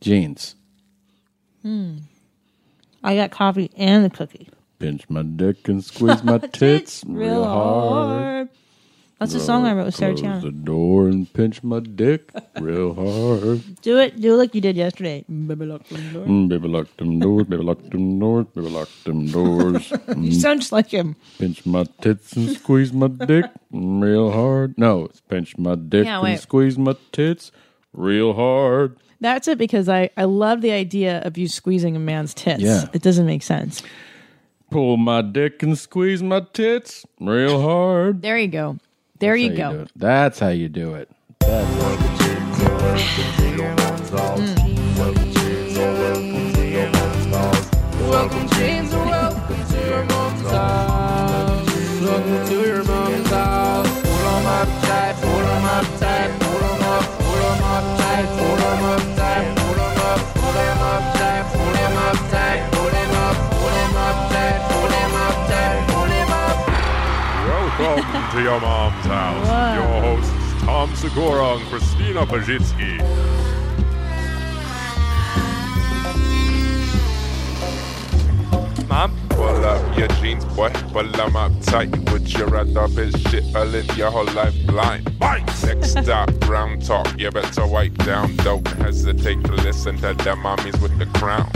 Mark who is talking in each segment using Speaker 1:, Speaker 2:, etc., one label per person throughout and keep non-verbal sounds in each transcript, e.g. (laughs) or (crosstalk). Speaker 1: jeans.
Speaker 2: I got coffee and the cookie.
Speaker 1: Pinch my dick and squeeze
Speaker 3: (laughs)
Speaker 1: my tits real hard.
Speaker 2: That's a song I wrote with Sarah
Speaker 1: Close
Speaker 2: Tiana.
Speaker 1: the door and pinch my dick real hard.
Speaker 2: Do it. Do it like you did yesterday. Baby, lock the door.
Speaker 1: Mm, baby, lock them doors. Baby, lock them doors. Baby, lock them doors.
Speaker 3: (laughs)
Speaker 2: You sound just like him.
Speaker 1: pinch my tits and squeeze my dick real hard. No, it's pinch my dick
Speaker 3: Yeah,
Speaker 1: and
Speaker 3: wait.
Speaker 1: squeeze my tits real hard.
Speaker 3: That's it because I, I love the idea of you squeezing a man's tits.
Speaker 1: Yeah.
Speaker 3: It doesn't make sense.
Speaker 1: Pull my dick and squeeze my tits real hard.
Speaker 3: There you go. There you
Speaker 1: That's how do
Speaker 3: go.
Speaker 1: it. That's how you do it.
Speaker 4: Welcome to your mom's house. Your hosts, Tom Segura and Christina Pajitsky. Mom? Pull up your jeans, boy. Pull 'em up tight. Put your hand up and shit. I live your whole life blind. Bang! Next stop, round talk. You better wipe down. Don't hesitate to listen to the mommies with the crown.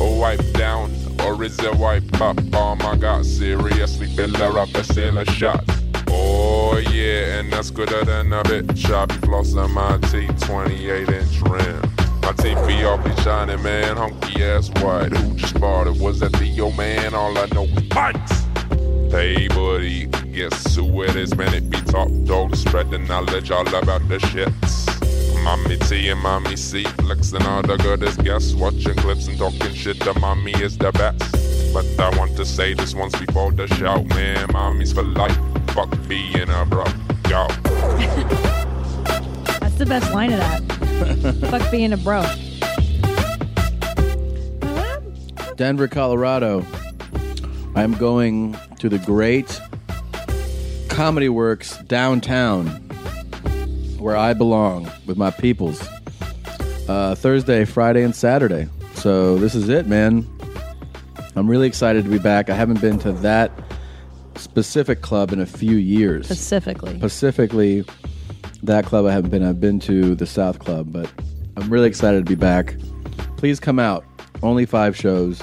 Speaker 4: A wipe down, or is it wipe up? Oh my god, seriously, fill her up a sailor shot. Oh yeah, and that's gooder than a bitch. I be flossing my teeth, 28 inch rim. My teeth be awfully shining, man. Hunky ass white. Who just bought it? Was that the yo man? All I know is bites. Hey, buddy, guess who it is? Man, it be top dog. Spread the knowledge all about the shits. Mommy T and Mommy C flexing all the goodest guests. Watching clips and talking shit. The mommy is the best. But I want to say this once before the shout, man. Mommy's for life. Fuck being a bro. Yo.
Speaker 3: That's the best line of that. Fuck being a bro.
Speaker 1: Denver, Colorado. I'm going to the great Comedy Works downtown, where I belong with my peoples. Uh, Thursday, Friday, and Saturday. So this is it, man. I'm really excited to be back. I haven't been to that specific club in a few years
Speaker 3: Specifically.
Speaker 1: specifically that club I haven't been. I've been to the South Club, but I'm really excited to be back. Please come out. Only five shows: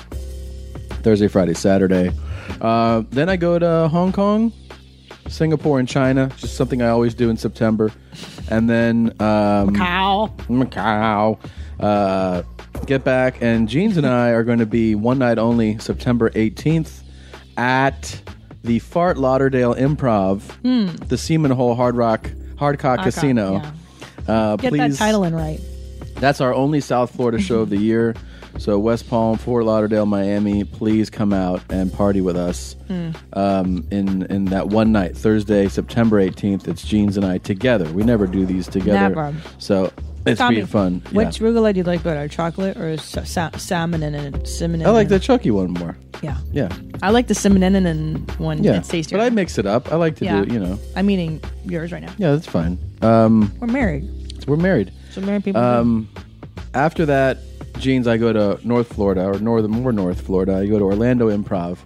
Speaker 1: Thursday, Friday, Saturday. Uh, then I go to Hong Kong, Singapore, and China. Just something I always do in September. And then um,
Speaker 2: Ow.
Speaker 1: Macau. Uh, get back. And Jeans and I are going to be one night only, September 18th, at the Fart Lauderdale Improv,
Speaker 3: Hmm.
Speaker 1: the Seaman Hole Hard Rock Hard Cock Casino. Uh,
Speaker 3: Get
Speaker 1: please,
Speaker 3: that title in right.
Speaker 1: that's our only South Florida show
Speaker 3: (laughs)
Speaker 1: of the year. So West Palm, Fort Lauderdale, Miami, please come out and party with us
Speaker 3: Hmm.
Speaker 1: um, in in that one night, Thursday, September eighteenth. It's Jeans and I together. We never do these together,
Speaker 3: Never.
Speaker 1: so it's
Speaker 3: Tommy,
Speaker 1: being fun. Yeah.
Speaker 3: Which rugula do you like better, chocolate or sa- sa- salmon and and cinnamon?
Speaker 1: I like the
Speaker 3: and-
Speaker 1: Chucky one more.
Speaker 3: Yeah,
Speaker 1: Yeah,
Speaker 3: I like the cinnamon and- and one.
Speaker 1: yeah.
Speaker 3: it's tastier.
Speaker 1: But I mix it up. I like to
Speaker 3: yeah.
Speaker 1: do, you know.
Speaker 3: I'm eating yours right now.
Speaker 1: Yeah, that's fine. Um,
Speaker 3: We're married.
Speaker 1: so we're married.
Speaker 3: So married people.
Speaker 1: Um, after that, jeans. I go to North Florida or northern more North Florida. I go to Orlando Improv,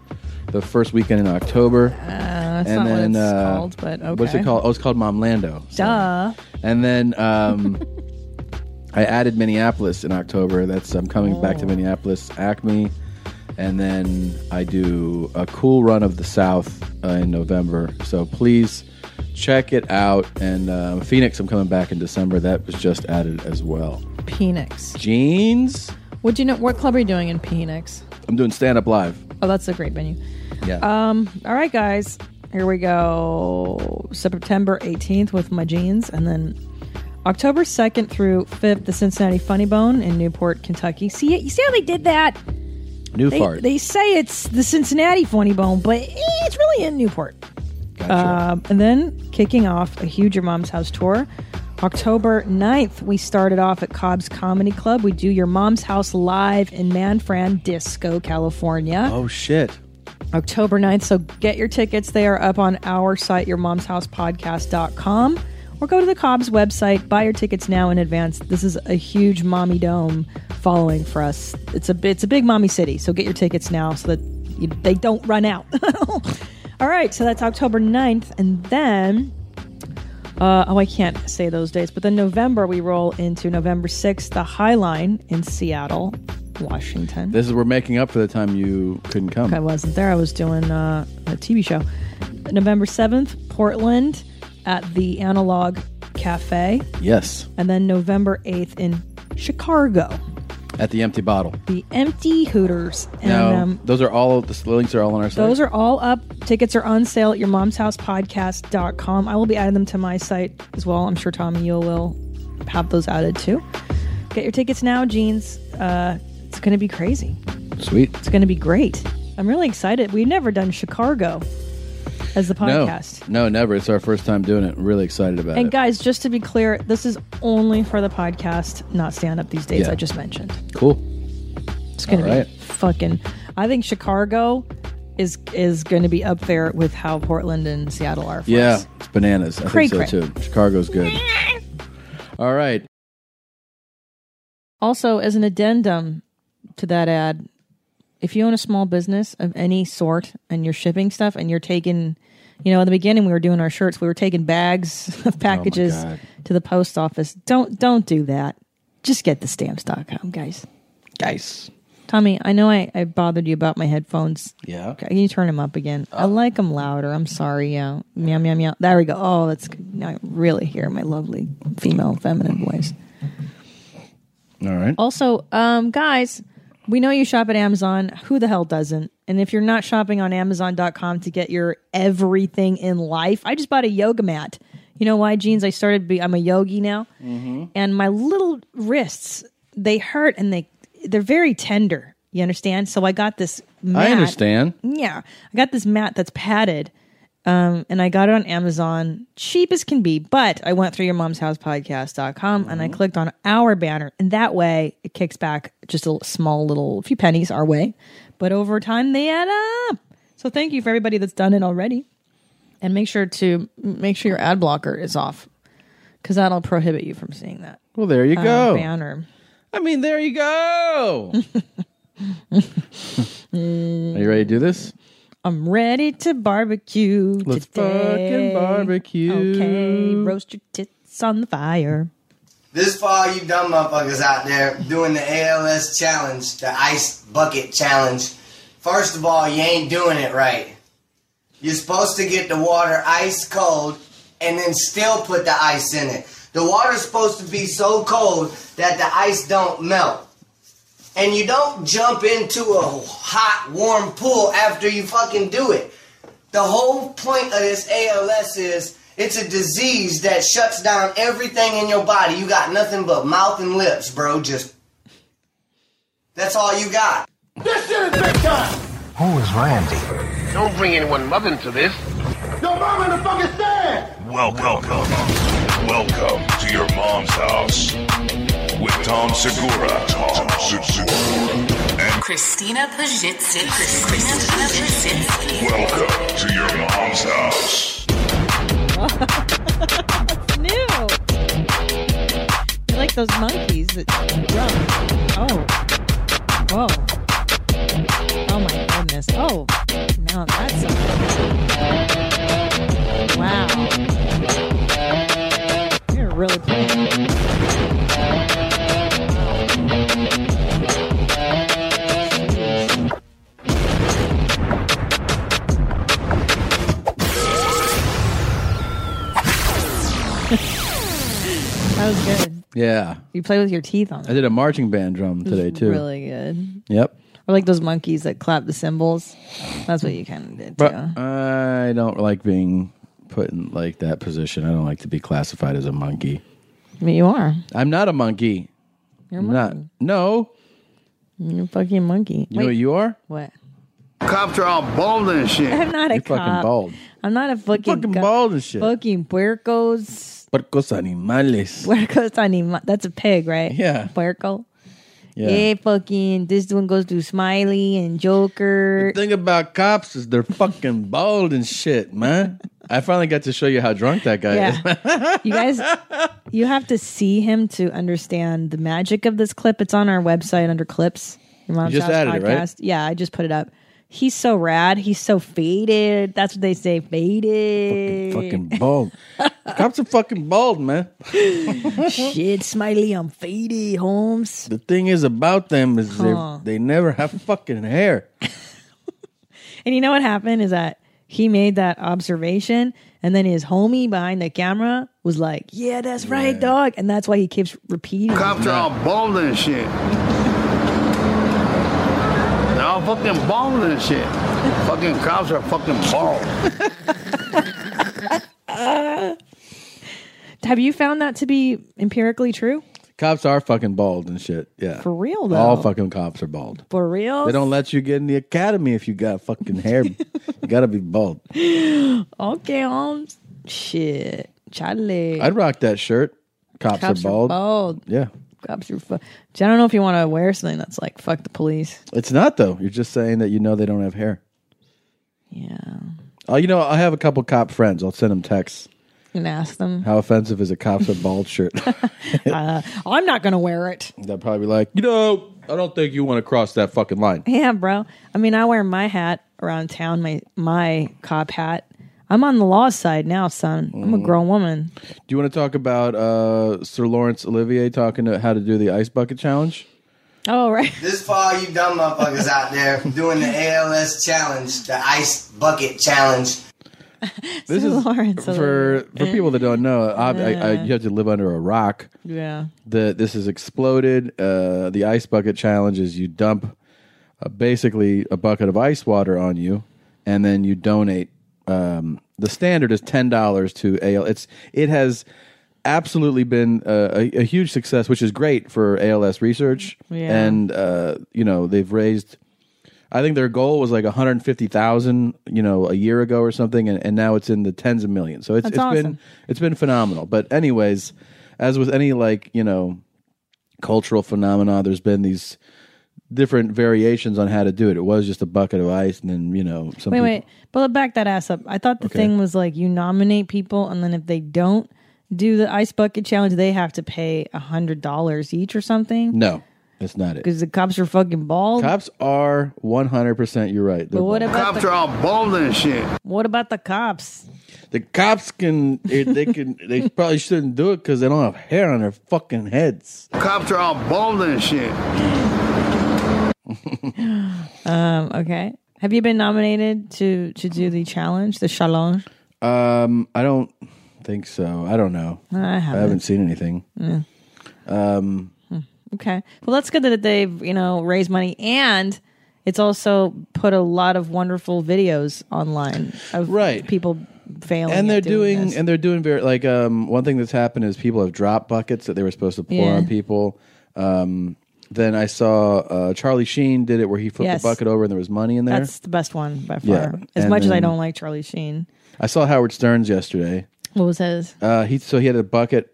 Speaker 1: the first weekend in October,
Speaker 3: Ah, That's
Speaker 1: and
Speaker 3: not
Speaker 1: then
Speaker 3: what it's
Speaker 1: uh,
Speaker 3: called, but okay.
Speaker 1: what's it called? Oh, it's called Momlando. So-
Speaker 3: Duh.
Speaker 1: And then
Speaker 3: (laughs)
Speaker 1: um, I added Minneapolis in October. That's I'm coming back to
Speaker 3: Oh.
Speaker 1: Minneapolis Acme, and then I do a cool run of the South uh, in November. So please check it out. And uh, Phoenix, I'm coming back in December. That was just added as well.
Speaker 3: Phoenix.
Speaker 1: Jeans.
Speaker 3: Would you know what club are you doing in Phoenix?
Speaker 1: I'm doing stand up live.
Speaker 3: Oh, that's a great venue.
Speaker 1: Yeah.
Speaker 3: Um, all right, guys. Here we go. September 18th with my jeans, and then October 2nd through 5th, the Cincinnati Funny Bone in Newport, Kentucky. See, you see how they did that?
Speaker 1: New
Speaker 3: They,
Speaker 1: fart.
Speaker 3: they say it's the Cincinnati Funny Bone, but eh, it's really in Newport.
Speaker 1: gotcha.
Speaker 3: Um, and then kicking off a huge Your Mom's House tour. October 9th, we started off at Cobb's Comedy Club. We do Your Mom's House live in Manfran Disco, California.
Speaker 1: oh shit.
Speaker 3: October 9th. So get your tickets. They are up on our site, yourmomshousepodcast.com, or go to the Cobb's website. Buy your tickets now in advance. This is a huge mommy dome following for us. It's a it's a big mommy city, so get your tickets now so that you, they don't run out. (laughs) All right, so that's October 9th, and then uh, oh, I can't say those dates, but then November we roll into November 6th, the Highline in Seattle, Washington.
Speaker 1: This is we're making up for the time you couldn't come.
Speaker 3: I wasn't there. I was doing uh, a TV show. November 7th, Portland at the Analog Cafe.
Speaker 1: Yes,
Speaker 3: And then November 8th in Chicago,
Speaker 1: at the empty bottle.
Speaker 3: the Empty Hooters. And um,
Speaker 1: Now those are all the links are all on our site.
Speaker 3: those are all up. Tickets are on sale at your mom's house podcast.com. I will be adding them to my site as well. I'm sure Tommy, you will have those added too. Get your tickets now, jeans. Uh, it's going to be crazy.
Speaker 1: sweet.
Speaker 3: It's going to be great. I'm really excited. We've never done Chicago as the podcast.
Speaker 1: No, Uh, no, never. It's our first time doing it. Really excited about
Speaker 3: And
Speaker 1: it.
Speaker 3: guys, just to be clear, this is only for the podcast, not stand up these days
Speaker 1: Yeah.
Speaker 3: I just mentioned.
Speaker 1: cool.
Speaker 3: It's going
Speaker 1: All
Speaker 3: to
Speaker 1: right.
Speaker 3: be fucking I think Chicago is is going to be up there with how Portland and Seattle are. For
Speaker 1: Yeah,
Speaker 3: us.
Speaker 1: it's bananas. I
Speaker 3: Cray
Speaker 1: think so
Speaker 3: cray.
Speaker 1: too. Chicago's good. All right.
Speaker 3: Also, as an addendum to that ad, if you own a small business of any sort and you're shipping stuff and you're taking, you know, in the beginning we were doing our shirts, we were taking bags (laughs) of packages
Speaker 1: Oh God.
Speaker 3: to the post office. Don't don't do that. Just get the stamps.com, guys.
Speaker 1: Guys.
Speaker 3: Tommy, I know I, I bothered you about my headphones.
Speaker 1: Yeah. Oh.
Speaker 3: Okay, Can you turn them up again? I like them louder. I'm sorry. Yeah. Meow, meow, meow. There we go. Oh, that's good. Now I really hear my lovely female feminine voice.
Speaker 1: All right.
Speaker 3: Also, um, guys, we know you shop at Amazon. Who the hell doesn't? And if you're not shopping on Amazon.com to get your everything in life, I just bought a yoga mat. You know why, jeans? I started. Be, I'm a yogi now,
Speaker 1: Mm-hmm.
Speaker 3: and my little wrists they hurt, and they they're very tender. You understand? So I got this. Mat.
Speaker 1: I understand.
Speaker 3: Yeah, I got this mat that's padded, um, and I got it on Amazon, cheap as can be. But I went through your mom's house podcast.com and
Speaker 1: Mm-hmm.
Speaker 3: I clicked on our banner, and that way it kicks back just a l- small little few pennies our way, but over time they add up. So thank you for everybody that's done it already, and make sure to make sure your ad blocker is off because that'll prohibit you from seeing that
Speaker 1: Well, there you
Speaker 3: uh,
Speaker 1: go.
Speaker 3: banner.
Speaker 1: I mean, there
Speaker 3: (laughs)
Speaker 1: you go. Are you ready to do this?
Speaker 3: I'm ready to barbecue
Speaker 1: Let's
Speaker 3: today.
Speaker 1: fucking barbecue.
Speaker 3: Okay, roast your tits on the fire.
Speaker 5: This fall, you dumb motherfuckers out there doing the ALS challenge, the ice bucket challenge. First of all, you ain't doing it right. You're supposed to get the water ice cold and then still put the ice in it. The water's supposed to be so cold that the ice don't melt. And you don't jump into a hot, warm pool after you fucking do it. The whole point of this ALS is it's a disease that shuts down everything in your body. You got nothing but mouth and lips, bro. Just that's all you got.
Speaker 6: Who is Randy?
Speaker 7: Don't bring anyone mother into this.
Speaker 8: Welcome. Welcome to your mom's house with Tom Segura. Tom Segura. And
Speaker 9: Christina Pajitsky. Christina Pajitsky.
Speaker 8: welcome to your mom's house.
Speaker 3: New. You like those monkeys that drum. Oh. Whoa. Oh my goodness. Oh. Now that's something. Wow. You're really playing. That was good.
Speaker 1: Yeah.
Speaker 3: You play with your teeth on
Speaker 1: I
Speaker 3: it.
Speaker 1: did a marching band drum today, too.
Speaker 3: Really good.
Speaker 1: Yep.
Speaker 3: Or like those monkeys that clap the cymbals. That's what you kind of did too.
Speaker 1: But I don't like being put in like that position. I don't like to be classified as a monkey.
Speaker 3: but you are.
Speaker 1: I'm not a monkey.
Speaker 3: You're a
Speaker 1: I'm
Speaker 3: monkey.
Speaker 1: not. No.
Speaker 3: You're a fucking monkey.
Speaker 1: You
Speaker 3: Wait,
Speaker 1: know what you are?
Speaker 3: what?
Speaker 7: Cops are all bald and shit.
Speaker 3: I'm not a
Speaker 1: You're fucking
Speaker 3: cop.
Speaker 1: bald.
Speaker 3: I'm not a fucking
Speaker 1: Fucking
Speaker 3: cop.
Speaker 1: bald and shit.
Speaker 3: Fucking puercos.
Speaker 1: Puercos animales.
Speaker 3: Puercos anima. That's a pig, right?
Speaker 1: Yeah.
Speaker 3: Puerco.
Speaker 1: Yeah.
Speaker 3: Yeah. fucking. This one goes to Smiley and Joker.
Speaker 1: (laughs) The thing about cops is they're fucking bald and shit, man. I finally got to show you how drunk that guy is. (laughs)
Speaker 3: Yeah. you guys, you have to see him to understand the magic of this clip. It's on our website under clips. Your mom's
Speaker 1: You just
Speaker 3: House
Speaker 1: added it, right?
Speaker 3: Yeah, I just put it up. He's so rad. He's so faded. That's what they say, faded.
Speaker 1: fucking bald. Cops are fucking bald, man.
Speaker 3: Shit, Smiley, I'm faded, Holmes.
Speaker 1: The thing is about them is they
Speaker 3: Huh.
Speaker 1: they never have fucking hair.
Speaker 3: And you know what happened is that he made that observation, and then his homie behind the camera was like, "Yeah, that's right, dog," and that's why he keeps repeating. it.
Speaker 10: Cops are all bald and shit. They're all fucking bald and shit. fucking cops are fucking bald.
Speaker 3: Have you found that to be empirically true?
Speaker 1: Cops are fucking bald and shit. Yeah.
Speaker 3: For real, though.
Speaker 1: All fucking cops are bald.
Speaker 3: For real?
Speaker 1: They don't let you get in the academy if you got fucking
Speaker 3: (laughs)
Speaker 1: hair. you gotta be bald.
Speaker 3: Okay, Holmes. Shit, Charlie.
Speaker 1: I'd rock that shirt. Cops,
Speaker 3: Cops
Speaker 1: are bald.
Speaker 3: bald.
Speaker 1: Yeah.
Speaker 3: Cops are. Fu- I don't know if you want to wear something that's like fuck the police.
Speaker 1: It's not though. You're just saying that you know they don't have hair.
Speaker 3: Yeah,
Speaker 1: Oh, you know, I have a couple cop friends. I'll send them texts.
Speaker 3: and ask them.
Speaker 1: How offensive is a cops are bald shirt?
Speaker 3: (laughs) I'm not gonna wear it.
Speaker 1: They'll probably be like, you know, I don't think you want to cross that fucking line.
Speaker 3: Yeah, bro. I mean, I wear my hat around town. My my cop hat. I'm on the law side now, son. I'm a grown woman.
Speaker 1: Do you want to talk about uh, Sir Lawrence Olivier talking to how to do the ice bucket challenge?
Speaker 3: Oh right.
Speaker 5: This for all you dumb motherfuckers out there doing the ALS challenge, the ice bucket challenge.
Speaker 1: This
Speaker 3: Sir
Speaker 1: is
Speaker 3: Lawrence
Speaker 1: for for people that don't know. I, I, I, you have to live under a rock.
Speaker 3: (laughs) Yeah.
Speaker 1: The this is exploded. Uh, the ice bucket challenge is you dump uh, basically a bucket of ice water on you, and then you donate. Um, the standard is ten dollars to AL. It's it has absolutely been uh, a, a huge success, which is great for ALS research.
Speaker 3: Yeah.
Speaker 1: And uh, you know they've raised. I think their goal was like 150,000, you know, a year ago or something, and, and now it's in the tens of millions. So it's,
Speaker 3: That's
Speaker 1: it's been
Speaker 3: awesome.
Speaker 1: it's been phenomenal. But anyways, as with any like you know cultural phenomena, there's been these different variations on how to do it. It was just a bucket of ice, and then you know some
Speaker 3: Wait,
Speaker 1: people,
Speaker 3: wait. But let back that ass up. I thought the thing was like you nominate people, and then if they don't do the ice bucket challenge, they have to pay a hundred dollars each or something
Speaker 1: No, that's not it.
Speaker 3: because the cops are fucking bald.
Speaker 1: Cops are 100. percent You're right. They're
Speaker 3: but what
Speaker 1: wrong.
Speaker 3: about
Speaker 10: Cops
Speaker 3: the,
Speaker 10: are all bald and shit.
Speaker 3: what about the cops?
Speaker 1: the cops can they they can they probably shouldn't do it because they don't have hair on their fucking heads.
Speaker 10: Cops are all bald and shit.
Speaker 3: Um, okay. Have you been nominated to to do the challenge, the challenge?
Speaker 1: Um, I don't think so. I don't know.
Speaker 3: I
Speaker 1: I haven't seen anything.
Speaker 3: Okay. Well, that's good that they've, you know, raised money and it's also put a lot of wonderful videos online of
Speaker 1: Right.
Speaker 3: people failing.
Speaker 1: And
Speaker 3: at
Speaker 1: they're doing,
Speaker 3: this.
Speaker 1: and they're doing very like um one thing that's happened is people have dropped buckets that they were supposed to pour
Speaker 3: Yeah.
Speaker 1: on people. Um, then I saw uh, Charlie Sheen did it where he flipped
Speaker 3: Yes.
Speaker 1: the bucket over and there was money in there.
Speaker 3: that's the best one by far.
Speaker 1: Yeah.
Speaker 3: As
Speaker 1: And
Speaker 3: much as I
Speaker 1: then-
Speaker 3: don't like Charlie Sheen.
Speaker 1: I saw Howard Stearns yesterday.
Speaker 3: What was his?
Speaker 1: Uh, he so he had a bucket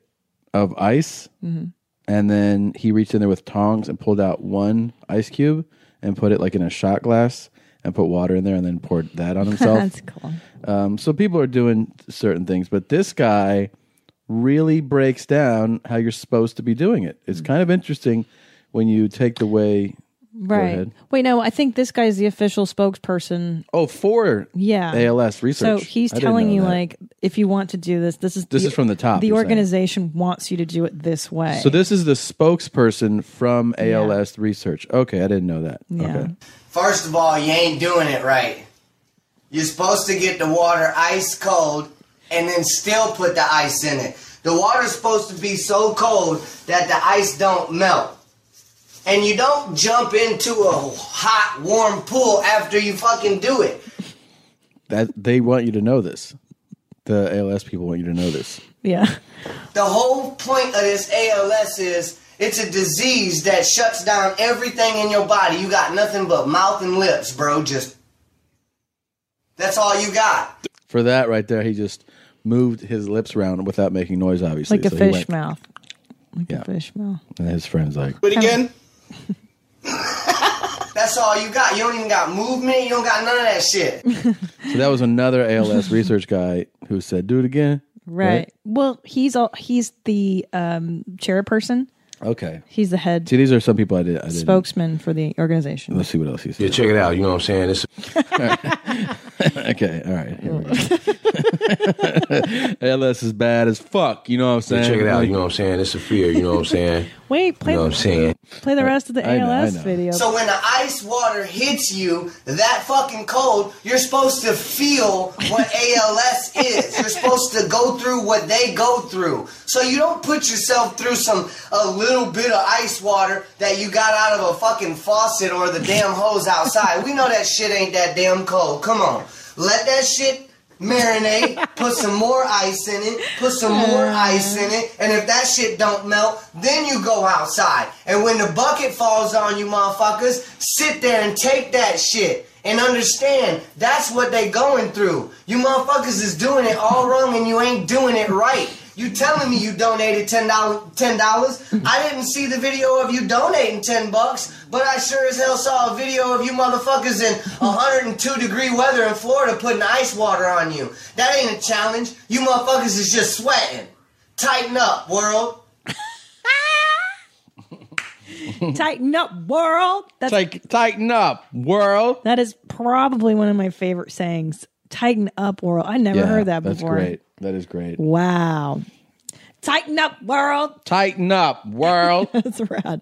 Speaker 1: of ice,
Speaker 3: Mm-hmm.
Speaker 1: and then he reached in there with tongs and pulled out one ice cube and put it like in a shot glass and put water in there and then poured that on
Speaker 3: (laughs)
Speaker 1: himself.
Speaker 3: That's cool.
Speaker 1: Um, so people are doing certain things, but this guy really breaks down how you're supposed to be doing it.
Speaker 3: Hmm.
Speaker 1: It's kind of interesting when you take the way.
Speaker 3: Right.
Speaker 1: ahead.
Speaker 3: Wait, no, I think this guy's the official spokesperson.
Speaker 1: Oh, for
Speaker 3: Yeah.
Speaker 1: ALS
Speaker 3: So
Speaker 1: research.
Speaker 3: he's
Speaker 1: I didn't
Speaker 3: telling
Speaker 1: know
Speaker 3: you
Speaker 1: that.
Speaker 3: like if you want to do this, this is
Speaker 1: This is from the top,
Speaker 3: The
Speaker 1: you're saying.
Speaker 3: organization wants you to do it this way.
Speaker 1: So this is the spokesperson from ALS research. Okay, I didn't know that.
Speaker 3: Yeah.
Speaker 1: Okay.
Speaker 5: First of all, you ain't doing it right. You're supposed to get the water ice cold and then still put the ice in it. The water's supposed to be so cold that the ice don't melt. And you don't jump into a hot, warm pool after you fucking do it.
Speaker 1: That they want you to know this. The ALS people want you to know this.
Speaker 3: yeah. (laughs)
Speaker 5: The whole point of this ALS is it's a disease that shuts down everything in your body. You got nothing but mouth and lips, bro. Just that's all you got.
Speaker 1: For that right there, he just moved his lips around without making noise. Obviously,
Speaker 3: Like a
Speaker 1: So he
Speaker 3: fish
Speaker 1: went-
Speaker 3: mouth. Like
Speaker 1: Yeah.
Speaker 3: a fish mouth.
Speaker 1: And his friends like
Speaker 11: But again,
Speaker 5: (laughs) That's all you got. You don't even got movement. You don't got none of that shit.
Speaker 1: So that was another ALS research guy who said, "Do it again."
Speaker 3: Right. Well, he's all he's the um, chairperson.
Speaker 1: Okay.
Speaker 3: He's the head
Speaker 1: See, these are some people I did. I didn't.
Speaker 3: spokesman for the organization.
Speaker 1: Let's see what else he
Speaker 6: Yeah,
Speaker 1: said.
Speaker 6: check it out. You know what I'm saying? It's
Speaker 1: Okay. All right. (laughs) Here we go. ALS is bad as fuck. You know what I'm
Speaker 6: yeah,
Speaker 1: saying?
Speaker 6: check it out.
Speaker 1: Like,
Speaker 6: You know what I'm saying? It's a fear. You know what I'm saying?
Speaker 3: Wait,
Speaker 6: You
Speaker 3: play
Speaker 6: know what I'm saying?
Speaker 3: play the rest of the
Speaker 1: I know, I
Speaker 3: ALS
Speaker 1: know.
Speaker 3: video.
Speaker 5: So when the ice water hits you that fucking cold, you're supposed to feel what ALS is. You're supposed to go through what they go through. So you don't put yourself through some a little bit of ice water that you got out of a fucking faucet or the damn hose outside. We know that shit ain't that damn cold. Come on. Let that shit marinate, put some more ice in it, put some more ice in it, and if that shit don't melt, then you go outside. And when the bucket falls on you motherfuckers, sit there and take that shit. And understand that's what they going through. You motherfuckers is doing it all wrong and you ain't doing it right. You telling me you donated ten dollars ten dollars? I didn't see the video of you donating ten bucks, but I sure as hell saw a video of you motherfuckers in 102 degree weather in Florida putting ice water on you. That ain't a challenge. You motherfuckers is just sweating. Tighten up, world.
Speaker 3: Tighten up, world. That's
Speaker 1: Like, tighten up, world.
Speaker 3: that is probably one of my favorite sayings. Tighten up, world. I never heard that
Speaker 1: that's
Speaker 3: before.
Speaker 1: great. That is great.
Speaker 3: Wow. Tighten up, world.
Speaker 1: Tighten up,
Speaker 3: (laughs)
Speaker 1: world.
Speaker 3: That's rad.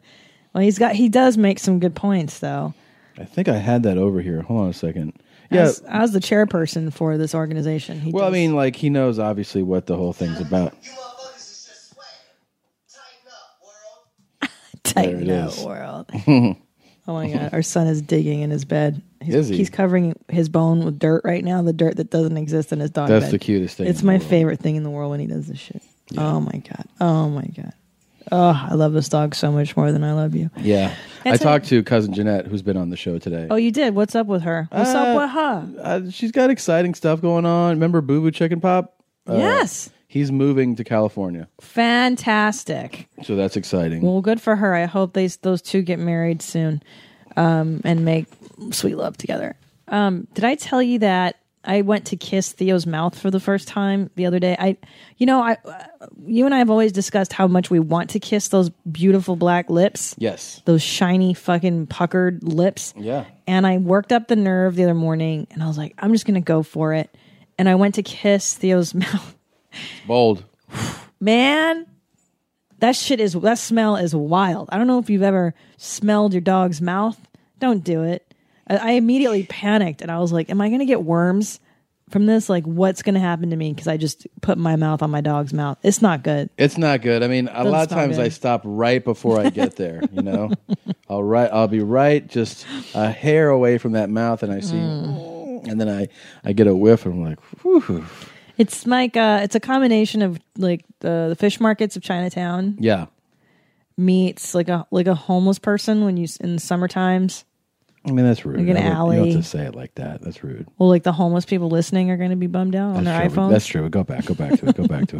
Speaker 3: Well, he's got he does make some good points though.
Speaker 1: I think I had that over here. Hold on a second.
Speaker 3: I
Speaker 1: Yeah.
Speaker 3: was, I was the chairperson for this organization. He
Speaker 1: Well, I
Speaker 3: does-
Speaker 1: mean, like he knows obviously what the whole thing's about.
Speaker 5: You motherfuckers is just sweating. Tighten up, world.
Speaker 3: tighten
Speaker 1: there it
Speaker 3: up,
Speaker 1: is.
Speaker 3: world.
Speaker 1: (laughs)
Speaker 3: oh my god, our son is digging in his bed. He's,
Speaker 1: Is he?
Speaker 3: He's covering his bone with dirt right now. The dirt that doesn't exist in his dog
Speaker 1: That's
Speaker 3: bed.
Speaker 1: the cutest thing.
Speaker 3: It's
Speaker 1: in the
Speaker 3: my
Speaker 1: world.
Speaker 3: favorite thing in the world when he does this shit. Oh my god. Oh my god. Oh, I love this dog so much more than I love you.
Speaker 1: Yeah. I
Speaker 3: That's
Speaker 1: talked to cousin Jeanette, who's been on the show today.
Speaker 3: Oh, you did. What's up with her? What's
Speaker 1: Uh,
Speaker 3: up with her?
Speaker 1: Uh, she's got exciting stuff going on. Remember Boo Boo Chicken Pop? Uh,
Speaker 3: yes.
Speaker 1: He's moving to California,
Speaker 3: Fantastic.
Speaker 1: so that's exciting.
Speaker 3: Well, good for her. I hope they those two get married soon um, and make sweet love together. Um, did I tell you that I went to kiss Theo's mouth for the first time the other day? I, you know, I, uh, you and I have always discussed how much we want to kiss those beautiful black lips,
Speaker 1: yes.
Speaker 3: those shiny fucking puckered lips.
Speaker 1: Yeah.
Speaker 3: And I worked up the nerve the other morning, and I was like, I'm just gonna go for it. And I went to kiss Theo's (laughs) mouth.
Speaker 1: Bold.
Speaker 3: Man, that shit is that smell is wild. I don't know if you've ever smelled your dog's mouth. Don't do it. I, I immediately panicked and I was like, "Am I going to get worms from this? Like, what's going to happen to me?" Because I just put my mouth on my dog's mouth. It's not good.
Speaker 1: It's not good. I mean, a lot of
Speaker 3: stop
Speaker 1: times
Speaker 3: it.
Speaker 1: I stop right before I get there.
Speaker 3: (laughs)
Speaker 1: You know, I'll right, I'll be right just a hair away from that mouth, and I see,
Speaker 3: Mm.
Speaker 1: and then I, I get a whiff, and I'm like, whew.
Speaker 3: It's like uh, it's a combination of like the, the fish markets of Chinatown
Speaker 1: yeah,
Speaker 3: meets like a like a homeless person when you s- in the summer times.
Speaker 1: I mean that's rude.
Speaker 3: Like an
Speaker 1: I would- You don't
Speaker 3: alley.
Speaker 1: have to say it like that. That's rude.
Speaker 3: Well, like the homeless people listening are going to be bummed out on their
Speaker 1: that's true.
Speaker 3: iPhones.
Speaker 1: That's true. Go back. Go back to it. Go back to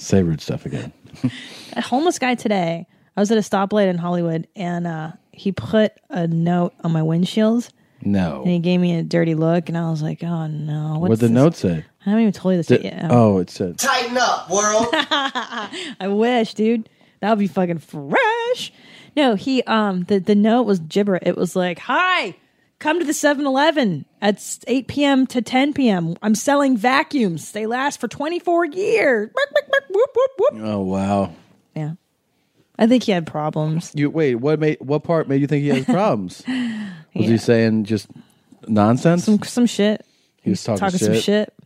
Speaker 3: (laughs)
Speaker 1: say rude stuff again.
Speaker 3: a homeless guy today. I was at a stoplight in Hollywood, and uh, he put a note on my windshield,
Speaker 1: No.
Speaker 3: and he gave me a dirty look, and I was like, "Oh no!" What's
Speaker 1: What'd the
Speaker 3: this?
Speaker 1: note say?
Speaker 3: I haven't even told you this. yet.
Speaker 1: Oh, it said.
Speaker 5: Tighten up, world.
Speaker 3: I wish, dude. That would be fucking fresh. No, he um the the note was gibber. It was like, "Hi, come to the 7-Eleven at s- 8 p.m. to 10 p.m. I'm selling vacuums. They last for 24 years." Bark, bark, bark, whoop, whoop, whoop.
Speaker 1: Oh wow.
Speaker 3: Yeah. I think he had problems.
Speaker 1: You wait. What made what part made you think he has problems? Was he saying just nonsense?
Speaker 3: Some shit.
Speaker 1: he was talking,
Speaker 3: talking some
Speaker 1: shit,
Speaker 3: shit.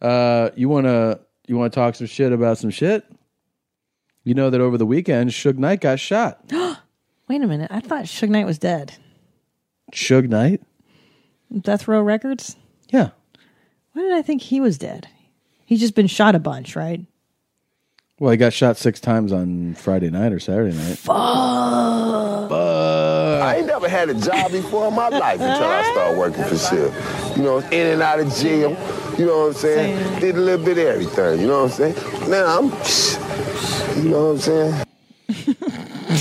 Speaker 1: Uh, you wanna you wanna talk some shit about some shit? You know that over the weekend, Suge Knight got shot.
Speaker 3: Wait a minute. I thought Suge Knight was dead.
Speaker 1: Suge Knight?
Speaker 3: Death Row Records?
Speaker 1: Yeah.
Speaker 3: Why did I think he was dead? He's just been shot a bunch, right?
Speaker 1: Well, he got shot six times on Friday night or Saturday night.
Speaker 12: I ain't never had a job before in my life until I started working for Sil. You know, in and out of jail. You know what I'm saying? Did a little bit of everything. You know what I'm saying? Now I'm, you know what I'm saying?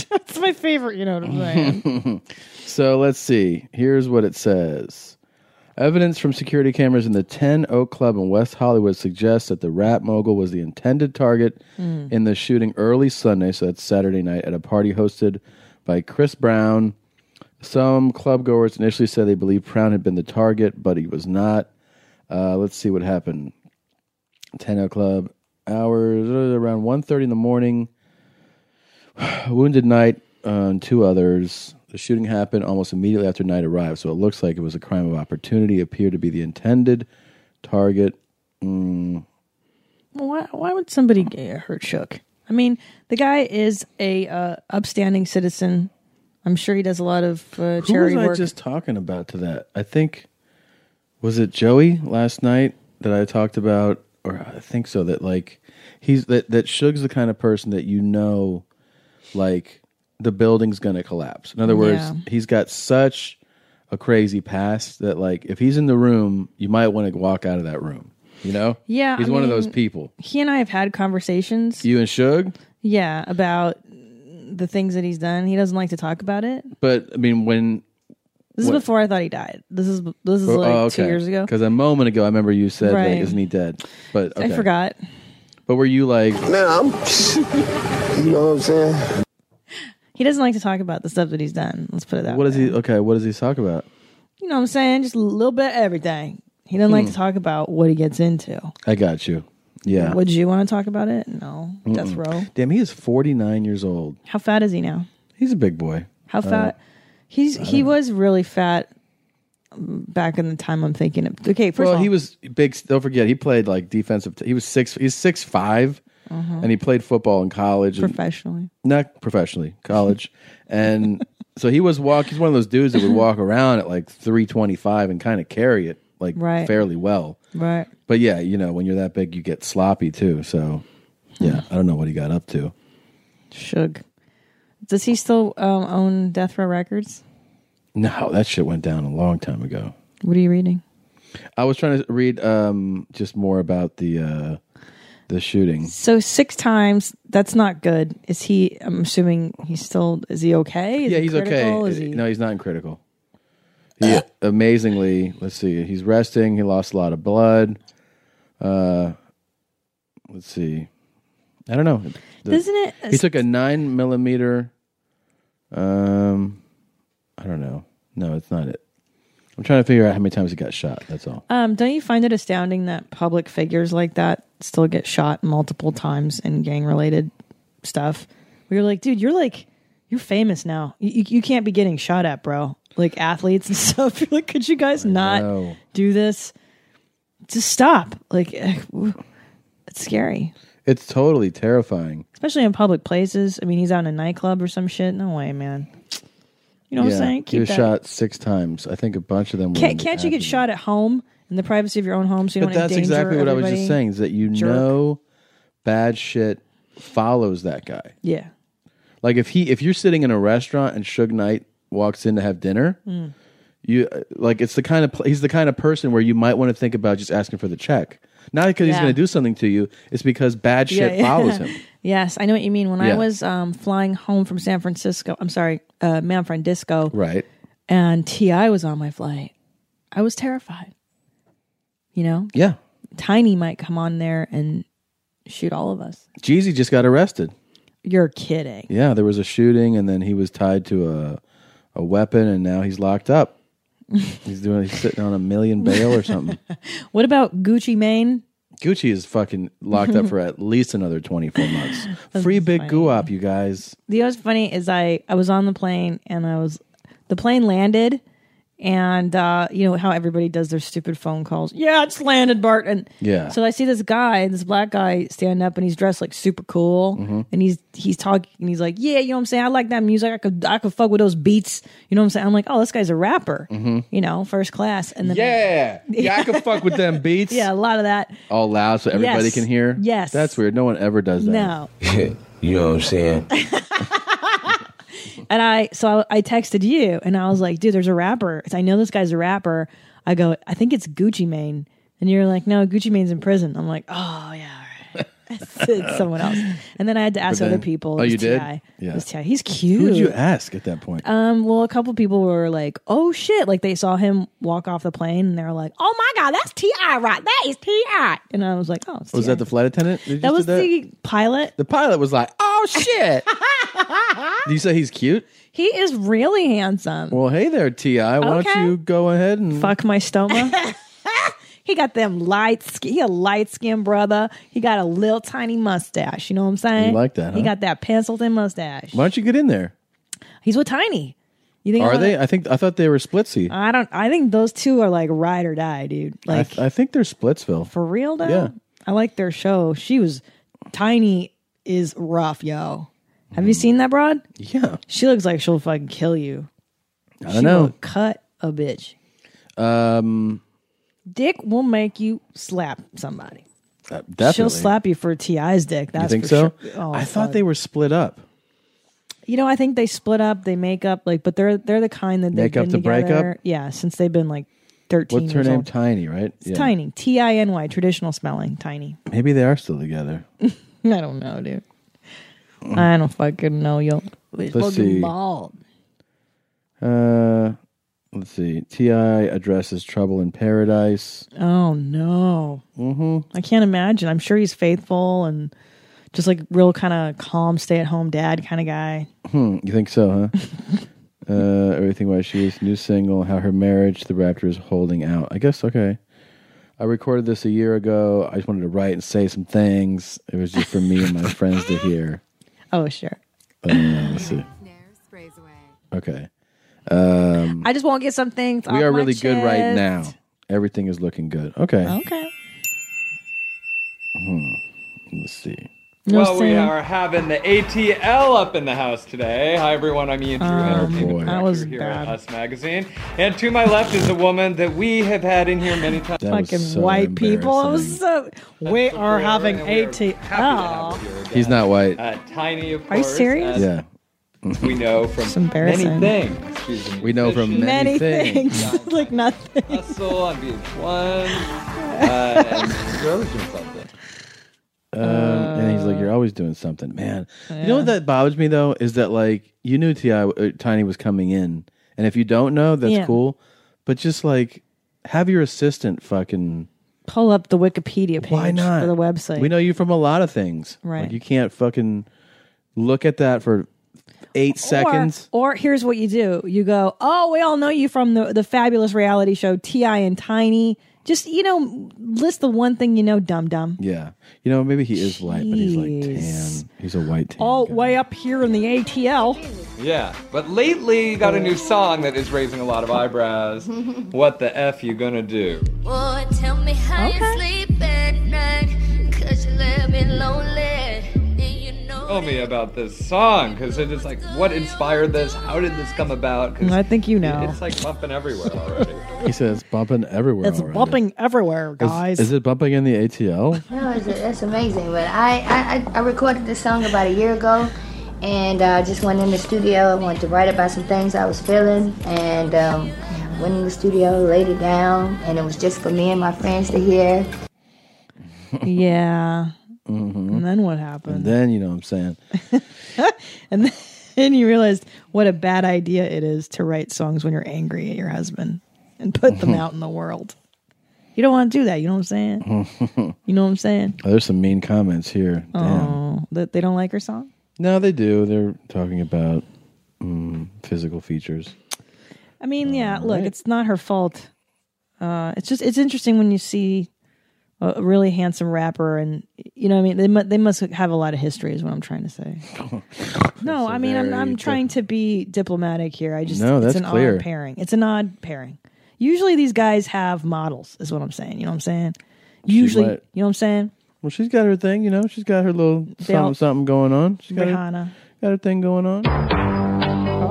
Speaker 3: That's my favorite, you know what I'm saying?
Speaker 1: So let's see. Here's what it says. Evidence from security cameras in the 10 Oak Club in West Hollywood suggests that the rap mogul was the intended target
Speaker 13: Mm.
Speaker 1: in the shooting early Sunday, so that's Saturday night, at a party hosted by Chris Brown. Some clubgoers initially said they believed Brown had been the target, but he was not. Uh, let's see what happened. 10 Oak Club hours uh, around 1.30 in the morning. (sighs) Wounded Knight uh, and two others. The shooting happened almost immediately after Knight arrived, so it looks like it was a crime of opportunity. Appeared to be the intended target. Mm.
Speaker 3: Well, why, why would somebody get hurt shook? I mean, the guy is a uh, upstanding citizen. I'm sure he does a lot of uh,
Speaker 1: Who was
Speaker 3: charity
Speaker 1: I
Speaker 3: work.
Speaker 1: just talking about to that? I think was it Joey last night that I talked about, or I think so. That like he's that that Suge's the kind of person that you know, like the building's gonna collapse. In other words,
Speaker 14: Yeah.
Speaker 1: he's got such a crazy past that like if he's in the room, you might want to walk out of that room. You know,
Speaker 3: Yeah,
Speaker 1: he's
Speaker 3: I
Speaker 1: one of
Speaker 3: mean-
Speaker 1: those people.
Speaker 3: he and I have had conversations,
Speaker 1: You and Suge,
Speaker 3: yeah, about the things that he's done. He doesn't like to talk about it.
Speaker 1: but I mean when
Speaker 3: This is
Speaker 1: What- Oh,
Speaker 3: before I thought he died. This is this is like two years ago.
Speaker 1: Because a moment ago, I remember you said, like,
Speaker 3: Right.
Speaker 1: "Isn't he dead?" But
Speaker 3: I
Speaker 1: okay.
Speaker 3: forgot.
Speaker 1: But were you like,
Speaker 12: Now I'm, you know what I'm saying?
Speaker 3: He doesn't like to talk about the stuff that he's done. Let's put it that.
Speaker 1: "What does he?" Okay, what does he talk about?
Speaker 3: You know what I'm saying? Just a little bit of everything. He doesn't like
Speaker 1: Hmm.
Speaker 3: to talk about what he gets into.
Speaker 1: I got you. Yeah.
Speaker 3: Would you want to talk about it? No. Death
Speaker 1: Mm-mm.
Speaker 3: row.
Speaker 1: Damn, he is forty nine years old.
Speaker 3: How fat is he now?
Speaker 1: He's a big boy.
Speaker 3: How
Speaker 1: Uh,
Speaker 3: fat? He's
Speaker 1: I
Speaker 3: he
Speaker 1: don't know.
Speaker 3: was really fat um, back in the time I'm thinking of. Okay, first
Speaker 1: well,
Speaker 3: of all,
Speaker 1: he was big. Don't forget, he played like defensive. T- he was six. He's six five,
Speaker 3: Uh-huh.
Speaker 1: and he played football in college. and-
Speaker 3: professionally.
Speaker 1: not professionally,
Speaker 3: (laughs)
Speaker 1: college, and so he was walk. He's one of those dudes that would walk around at like three twenty five and kind of carry it like
Speaker 3: Right.
Speaker 1: fairly well.
Speaker 3: Right.
Speaker 1: But yeah, you know, when you're that big, you get sloppy too. So yeah,
Speaker 3: Mm-hmm.
Speaker 1: I don't know what he got up to.
Speaker 3: Shug. Does he still um, own Death Row Records?
Speaker 1: No, that shit went down a long time ago.
Speaker 3: What are you reading?
Speaker 1: I was trying to read um, just more about the uh, the shooting.
Speaker 3: So six times. That's not good. Is he? I'm assuming he's still. Is he okay? Is
Speaker 1: yeah,
Speaker 3: he
Speaker 1: he's
Speaker 3: critical?
Speaker 1: okay.
Speaker 3: Is he,
Speaker 1: No, he's not in critical. He amazingly, let's see, he's resting. He lost a lot of blood. Uh, let's see, I don't know. The-
Speaker 3: Doesn't it-
Speaker 1: He took a nine millimeter. Um, I don't know. No, it's not it. I'm trying to figure out how many times he got shot. That's all.
Speaker 3: Um, don't you find it astounding that public figures like that still get shot multiple times in gang related stuff? We were like, dude, you're like, you're famous now. You, you, you can't be getting shot at, bro. Like athletes and (laughs) stuff. You're like, could you guys not
Speaker 1: know.
Speaker 3: do this? Just stop. Like, (laughs) it's scary,
Speaker 1: It's totally terrifying.
Speaker 3: especially in public places. I mean, he's out in a nightclub or some shit. No way, man. You know what I'm saying?
Speaker 1: he was
Speaker 3: that.
Speaker 1: shot six times. I think a bunch of them. were in
Speaker 3: Can't,
Speaker 1: the
Speaker 3: can't you get
Speaker 1: abdomen.
Speaker 3: shot at home in the privacy of your own home so you
Speaker 1: But
Speaker 3: don't
Speaker 1: that's
Speaker 3: endanger
Speaker 1: exactly what I was just
Speaker 3: everybody?
Speaker 1: saying. Is that you
Speaker 3: Jerk.
Speaker 1: know bad shit follows that guy.
Speaker 3: Yeah.
Speaker 1: Like if he if you're sitting in a restaurant and Suge Knight walks in to have dinner,
Speaker 3: Hmm.
Speaker 1: you like it's the kind of pl- he's the kind of person where you might want to think about just asking for the check. Not because he's
Speaker 3: Yeah.
Speaker 1: going to do something to you, it's because bad shit
Speaker 3: Yeah, yeah. (laughs)
Speaker 1: follows him.
Speaker 3: Yes, I know what you mean. When
Speaker 1: Yeah.
Speaker 3: I was um, flying home from San Francisco, I'm sorry, uh, San Francisco,
Speaker 1: Right.
Speaker 3: and Ti was on my flight. I was terrified. You know,
Speaker 1: Yeah.
Speaker 3: Tiny might come on there and shoot all of us.
Speaker 1: Jeezy just got arrested.
Speaker 3: You're kidding.
Speaker 1: Yeah, there was a shooting and then he was tied to a a weapon and now he's
Speaker 3: (laughs)
Speaker 1: locked up. he's doing he's sitting on a million bail or something.
Speaker 3: What about Gucci Mane?
Speaker 1: Gucci is fucking
Speaker 3: (laughs)
Speaker 1: locked up for at least another 24 months. Free big guap, you guys.
Speaker 3: The other funny is I I was on the plane and I was the plane landed and uh, you know how everybody does their stupid phone calls. Yeah, it's landed, Bart. And
Speaker 1: Yeah.
Speaker 3: So I see this guy, this black guy, stand up, and he's dressed like super cool,
Speaker 1: Mm-hmm.
Speaker 3: and he's he's talking, and he's like, "Yeah, you know what I'm saying? I like that music. I could I could fuck with those beats. You know what I'm saying? I'm like, oh, this guy's a rapper.
Speaker 1: Mm-hmm.
Speaker 3: You know, first class. And then
Speaker 1: Yeah. Yeah, I could fuck with them beats.
Speaker 3: yeah, a lot of that.
Speaker 1: All loud so everybody
Speaker 3: Yes.
Speaker 1: can hear.
Speaker 3: Yes.
Speaker 1: That's weird. No one ever does that.
Speaker 3: No,
Speaker 15: You know what I'm saying?
Speaker 3: and I so I, I texted you, and I was like, dude, there's a rapper. I know this guy's a rapper. I go, I think it's Gucci Mane, and you're like, no, Gucci Mane's in prison. I'm like, oh yeah. all right." (laughs) it's someone else, and then I had to ask
Speaker 1: But
Speaker 3: other
Speaker 1: then-
Speaker 3: people.
Speaker 1: Oh,
Speaker 3: It was
Speaker 1: you did?
Speaker 3: T.I.
Speaker 1: Yeah.
Speaker 3: It was T.I. He's cute.
Speaker 1: Who would you ask at that point?
Speaker 3: Um, well, a couple people were like, "Oh shit!" Like they saw him walk off the plane, and they were like, "Oh my god, that's Ti right? That is Ti." And I was like, "Oh, it's
Speaker 1: was
Speaker 3: T.I.
Speaker 1: that the flight attendant? just
Speaker 3: that was
Speaker 1: did
Speaker 3: the pilot?
Speaker 1: The pilot was like, "Oh
Speaker 3: (laughs)
Speaker 1: shit." Do you say he's cute?
Speaker 3: He is really handsome.
Speaker 1: Well, hey there, Ti. Why don't
Speaker 3: Okay.
Speaker 1: you go ahead and
Speaker 3: Fuck my
Speaker 1: (laughs)
Speaker 3: stoma. he got them light skin. He a light skinned brother. He got a little tiny mustache. You know what I'm saying?
Speaker 1: You like that,
Speaker 3: He
Speaker 1: huh?
Speaker 3: got that pencil thin mustache.
Speaker 1: Why don't you get in there?
Speaker 3: He's with Tiny. You think I
Speaker 1: Are
Speaker 3: wanna-
Speaker 1: they? I think I thought they were splitsy.
Speaker 3: I don't. I think those two are like ride or die, dude.
Speaker 1: I,
Speaker 3: Like
Speaker 1: th- I think they're Splitsville.
Speaker 3: For real though?
Speaker 1: Yeah.
Speaker 3: I like their show. She was tiny is rough, yo. Have you seen that broad?
Speaker 1: yeah.
Speaker 3: She looks like she'll fucking kill you.
Speaker 1: I
Speaker 3: she
Speaker 1: don't know.
Speaker 3: will cut a bitch.
Speaker 1: Um,
Speaker 3: Dick will make you slap somebody.
Speaker 1: uh, definitely.
Speaker 3: She'll slap you for Ti's dick. That's
Speaker 1: You think
Speaker 3: for
Speaker 1: so?
Speaker 3: sure. Oh,
Speaker 1: I
Speaker 3: fuck.
Speaker 1: thought they were split up.
Speaker 3: You know, I think they split up. They make up. Like, but they're they're the kind that
Speaker 1: Make
Speaker 3: they've
Speaker 1: up
Speaker 3: been
Speaker 1: to break
Speaker 3: together.
Speaker 1: up?
Speaker 3: Yeah, since they've been like thirteen.
Speaker 1: What's her
Speaker 3: years
Speaker 1: name?
Speaker 3: old.
Speaker 1: Tiny, right? Yeah.
Speaker 3: Tiny. T I N Y. Traditional spelling. Tiny.
Speaker 1: Maybe they are still together.
Speaker 3: (laughs) I don't know, dude. I don't fucking know, yo. It's
Speaker 1: Let's
Speaker 3: fucking
Speaker 1: see.
Speaker 3: bald.
Speaker 1: Uh, let's see. Ti addresses trouble in paradise.
Speaker 3: Oh no. Mm-hmm. I can't imagine. I'm sure he's faithful and just like real kind of calm, stay at home dad kind of guy.
Speaker 1: Hmm, you think so, huh? (laughs) uh, everything why she is new single. How her marriage, the Raptor, is holding out. I guess okay. I recorded this a year ago. I just wanted to write and say some things. It was just for me and my friends to hear.
Speaker 3: (laughs) Oh sure.
Speaker 1: Uh, let's see. Okay. Um,
Speaker 3: I just won't get some things.
Speaker 1: we
Speaker 3: off
Speaker 1: are
Speaker 3: my
Speaker 1: really good right
Speaker 3: chest.
Speaker 1: now. Everything is looking good. Okay.
Speaker 3: Okay.
Speaker 1: Let's see.
Speaker 3: No
Speaker 16: well, we
Speaker 3: sin.
Speaker 16: are having the ATL up in the house today. Hi, everyone. I'm Ian Drew, entertainment director
Speaker 1: boy. That
Speaker 3: was
Speaker 16: here
Speaker 3: bad.
Speaker 16: at Us Magazine. And to my left is a woman that we have had in here many times.
Speaker 1: That was
Speaker 3: Fucking
Speaker 1: so
Speaker 3: white people. (laughs) It was
Speaker 1: embarrassing.
Speaker 3: so- we are having
Speaker 16: And we are
Speaker 3: ATL.
Speaker 16: happy to have you here again.
Speaker 1: He's not white.
Speaker 16: Uh, tiny, of
Speaker 3: Are you
Speaker 16: course.
Speaker 3: serious?
Speaker 16: as
Speaker 1: yeah.
Speaker 16: We know from
Speaker 3: embarrassing.
Speaker 16: many things. She's a
Speaker 3: (laughs)
Speaker 1: We know from
Speaker 16: musician,
Speaker 3: Many
Speaker 1: many, things.
Speaker 3: things. like nothing.
Speaker 16: Hustle on VH1. Uh, and she's always doing something.
Speaker 1: Um, and he's
Speaker 3: Uh,
Speaker 1: like, "You're always doing something, man." You know what that bothers me though is that like you knew Ti uh, Tiny was coming in, and if you don't know, that's
Speaker 3: Yeah.
Speaker 1: cool. But just like have your assistant fucking.
Speaker 3: Pull up the Wikipedia page
Speaker 1: Why
Speaker 3: (laughs)
Speaker 1: not
Speaker 3: for the website.
Speaker 1: We know you from a lot of things. Like,
Speaker 3: Right.
Speaker 1: you can't fucking look at that for eight seconds.
Speaker 3: Or here's what you do: you go, "Oh, we all know you from the the fabulous reality show Ti and Tiny." Just you know, list the one thing you know, dum dum.
Speaker 1: Yeah, you know maybe he is light, but he's like tan. He's a white tan.
Speaker 3: All
Speaker 1: guy.
Speaker 3: way up here in the ATL.
Speaker 16: Yeah, but lately got a new song that is raising a lot of eyebrows. what the f you gonna do?
Speaker 17: Boy, tell me how
Speaker 3: Okay.
Speaker 17: you sleep at night. Cause you live in lonely. And you know
Speaker 16: Tell me about this song because it is like, what inspired this? How did this come about? 'Cause
Speaker 3: I think you know.
Speaker 16: It's like bumping everywhere already.
Speaker 1: He says bumping everywhere.
Speaker 3: It's
Speaker 1: already.
Speaker 3: bumping everywhere,
Speaker 1: Is-
Speaker 3: guys.
Speaker 1: Is, it bumping in the
Speaker 3: (laughs)
Speaker 1: ATL?
Speaker 18: No, it's, it's amazing. But I, I, I- I recorded this song about a year ago, and uh, just went in the studio. I wanted to write about some things I was feeling, and um, went in the studio, laid it down, and it was just for me and my friends to hear.
Speaker 3: yeah.
Speaker 1: hmm
Speaker 3: And then what happened?
Speaker 1: And then you know what I'm saying.
Speaker 3: And then, and you realized what a bad idea it is to write songs when you're angry at your husband and put
Speaker 1: (laughs)
Speaker 3: them out in the world. You don't want to do that. You know what I'm saying?
Speaker 1: (laughs)
Speaker 3: You know what I'm saying?
Speaker 1: Oh, there's some mean comments here. Damn.
Speaker 3: Oh, that they don't like her song.
Speaker 1: No, they do. They're talking about mm, physical features.
Speaker 3: I mean, yeah. Look,
Speaker 1: right.
Speaker 3: it's not her fault. Uh, it's just it's interesting when you see a a really handsome rapper, and you know, what I mean, they mu- they must have a lot of history, is what I'm trying to
Speaker 1: (laughs)
Speaker 3: say. no, I mean, I'm
Speaker 1: Oh, very
Speaker 3: I'm
Speaker 1: dip-
Speaker 3: trying to be diplomatic here. I just
Speaker 1: No,
Speaker 3: it's
Speaker 1: that's
Speaker 3: an
Speaker 1: clear.
Speaker 3: odd pairing. It's an odd pairing. Usually, these guys have models, is what I'm saying. You know what I'm saying? Usually,
Speaker 1: might-
Speaker 3: you know what I'm saying?
Speaker 1: Well, she's got her thing, you know. She's got her little
Speaker 3: all-
Speaker 1: something, something going on. She's got her,
Speaker 3: Rihanna.
Speaker 1: got her thing going on.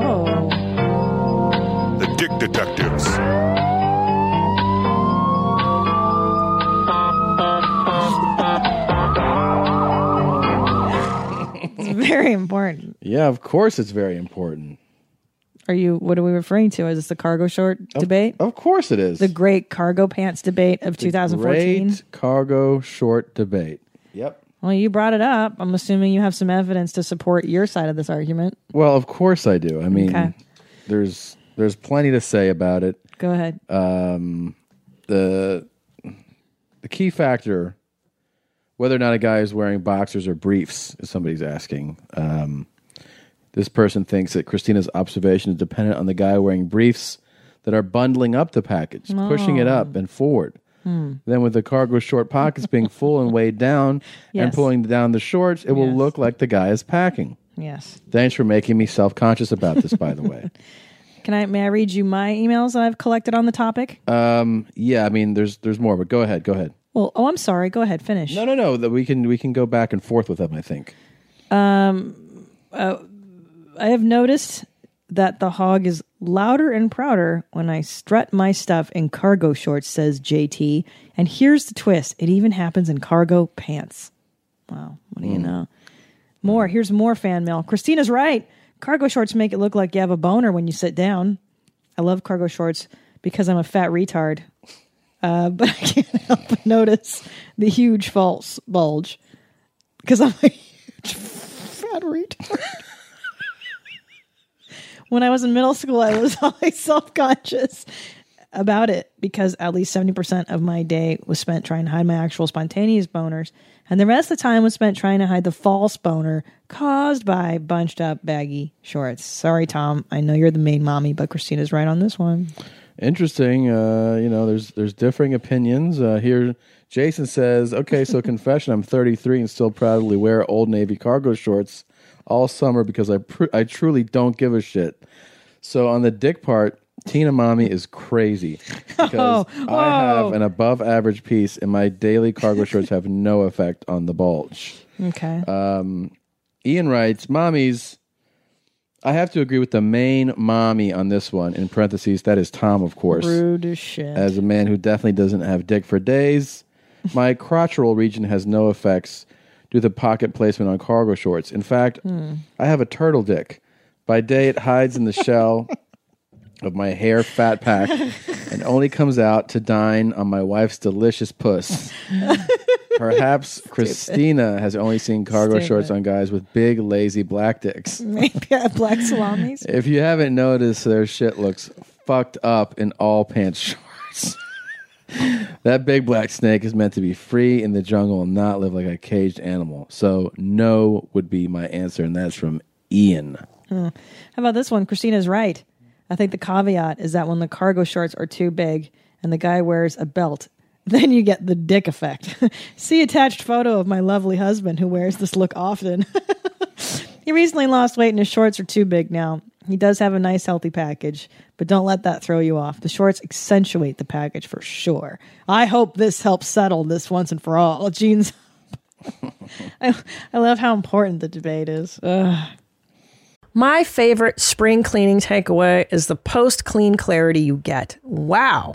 Speaker 3: Oh, (laughs)
Speaker 8: The Dick Detectives.
Speaker 3: it's very important.
Speaker 1: Yeah, of course, it's very important.
Speaker 3: Are you? What are we referring to? Is this the cargo short
Speaker 1: Oh,
Speaker 3: debate?
Speaker 1: Of course, it is.
Speaker 3: The great cargo pants debate of 2014.
Speaker 1: Great cargo short debate. Yep.
Speaker 3: Well, you brought it up. I'm assuming you have some evidence to support your side of this argument.
Speaker 1: Well, of course I do. I mean,
Speaker 3: Okay.
Speaker 1: there's there's plenty to say about it.
Speaker 3: Go ahead.
Speaker 1: Uh, the the key factor whether or not a guy is wearing boxers or briefs is somebody's asking um, this person thinks that christina's observation is dependent on the guy wearing briefs that are bundling up the package pushing it up and forward
Speaker 3: Hmm.
Speaker 1: then with the cargo short
Speaker 3: (laughs)
Speaker 1: pockets being full and weighed down and
Speaker 3: Yes.
Speaker 1: pulling down the shorts it will
Speaker 3: Yes.
Speaker 1: look like the guy is packing
Speaker 3: yes.
Speaker 1: thanks for making me self-conscious about this by the
Speaker 3: (laughs)
Speaker 1: way
Speaker 3: Can I? May I read you my emails that I've collected on the topic?
Speaker 1: uh, yeah i mean there's there's more but go ahead go ahead
Speaker 3: well, oh, I'm sorry. Go ahead. Finish.
Speaker 1: no no no that we can we can go back and forth with them i think
Speaker 3: I have noticed that the hog is louder and prouder when I strut my stuff in cargo shorts, says JT. And here's the twist it even happens in cargo pants. Wow, what do you know? More, here's more fan mail. Christina's right. Cargo shorts make it look like you have a boner when you sit down. I love cargo shorts because I'm a fat retard. Uh, (laughs) but I can't help but notice the huge false bulge because I'm a (laughs) huge fat retard when I was in middle school, I was (laughs) always self conscious about it because at least 70% of my day was spent trying to hide my actual spontaneous boners, and the rest of the time was spent trying to hide the false boner caused by bunched up baggy shorts. Sorry, Tom. I know you're the main mommy, but Christina's right on this one.
Speaker 1: Interesting. Uh, you know, there's there's differing opinions uh, here. Jason says, "Okay, so (laughs) confession. I'm 33 and still proudly wear Old Navy cargo shorts all summer because I pr- I truly don't give a shit." So on the dick part, Tina mommy is crazy because I have an above average piece, and my daily cargo shorts have no effect on the bulge.
Speaker 3: Okay.
Speaker 1: Ian writes, "Mommies." I have to agree with the main mommy on this one. In parentheses, that is Tom, of course
Speaker 3: Rude as shit. (laughs)
Speaker 1: as a man who definitely doesn't have dick for days, (laughs) my crotchal region has no effects due to pocket placement on cargo shorts. In fact, I have a turtle dick. By day, it hides in the shell of my hair fat pack and only comes out to dine on my wife's delicious puss. Perhaps Christina has only seen cargo
Speaker 3: Stupid.
Speaker 1: shorts on guys with big, lazy black dicks.
Speaker 3: Maybe I have black salamis.
Speaker 1: If you haven't noticed, their shit looks fucked up in all pants shorts. (laughs) that big black snake is meant to be free in the jungle and not live like a caged animal. So, no would be my answer. And that's from Ian.
Speaker 3: Hmm. How about this one? Christina's right. I think the caveat is that when the cargo shorts are too big and the guy wears a belt, (laughs) then you get the dick effect. (laughs) See attached photo of my lovely husband who wears this look often. (laughs) he recently lost weight and his shorts are too big now. He does have a nice healthy package, but don't let that throw you off. The shorts accentuate the package for sure. I hope this helps settle this once and for all. (laughs) Jeans. I, I love how important the debate is. Ugh.
Speaker 19: My favorite spring cleaning takeaway is the post clean clarity you get. Wow.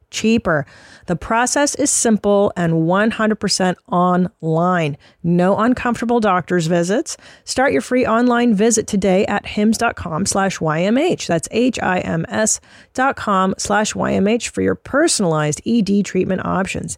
Speaker 19: cheaper. The process is simple and 100% online. No uncomfortable doctor's visits. Start your free online visit today at hims.com slash YMH. That's H-I-M-S dot com slash YMH for your personalized ED treatment options.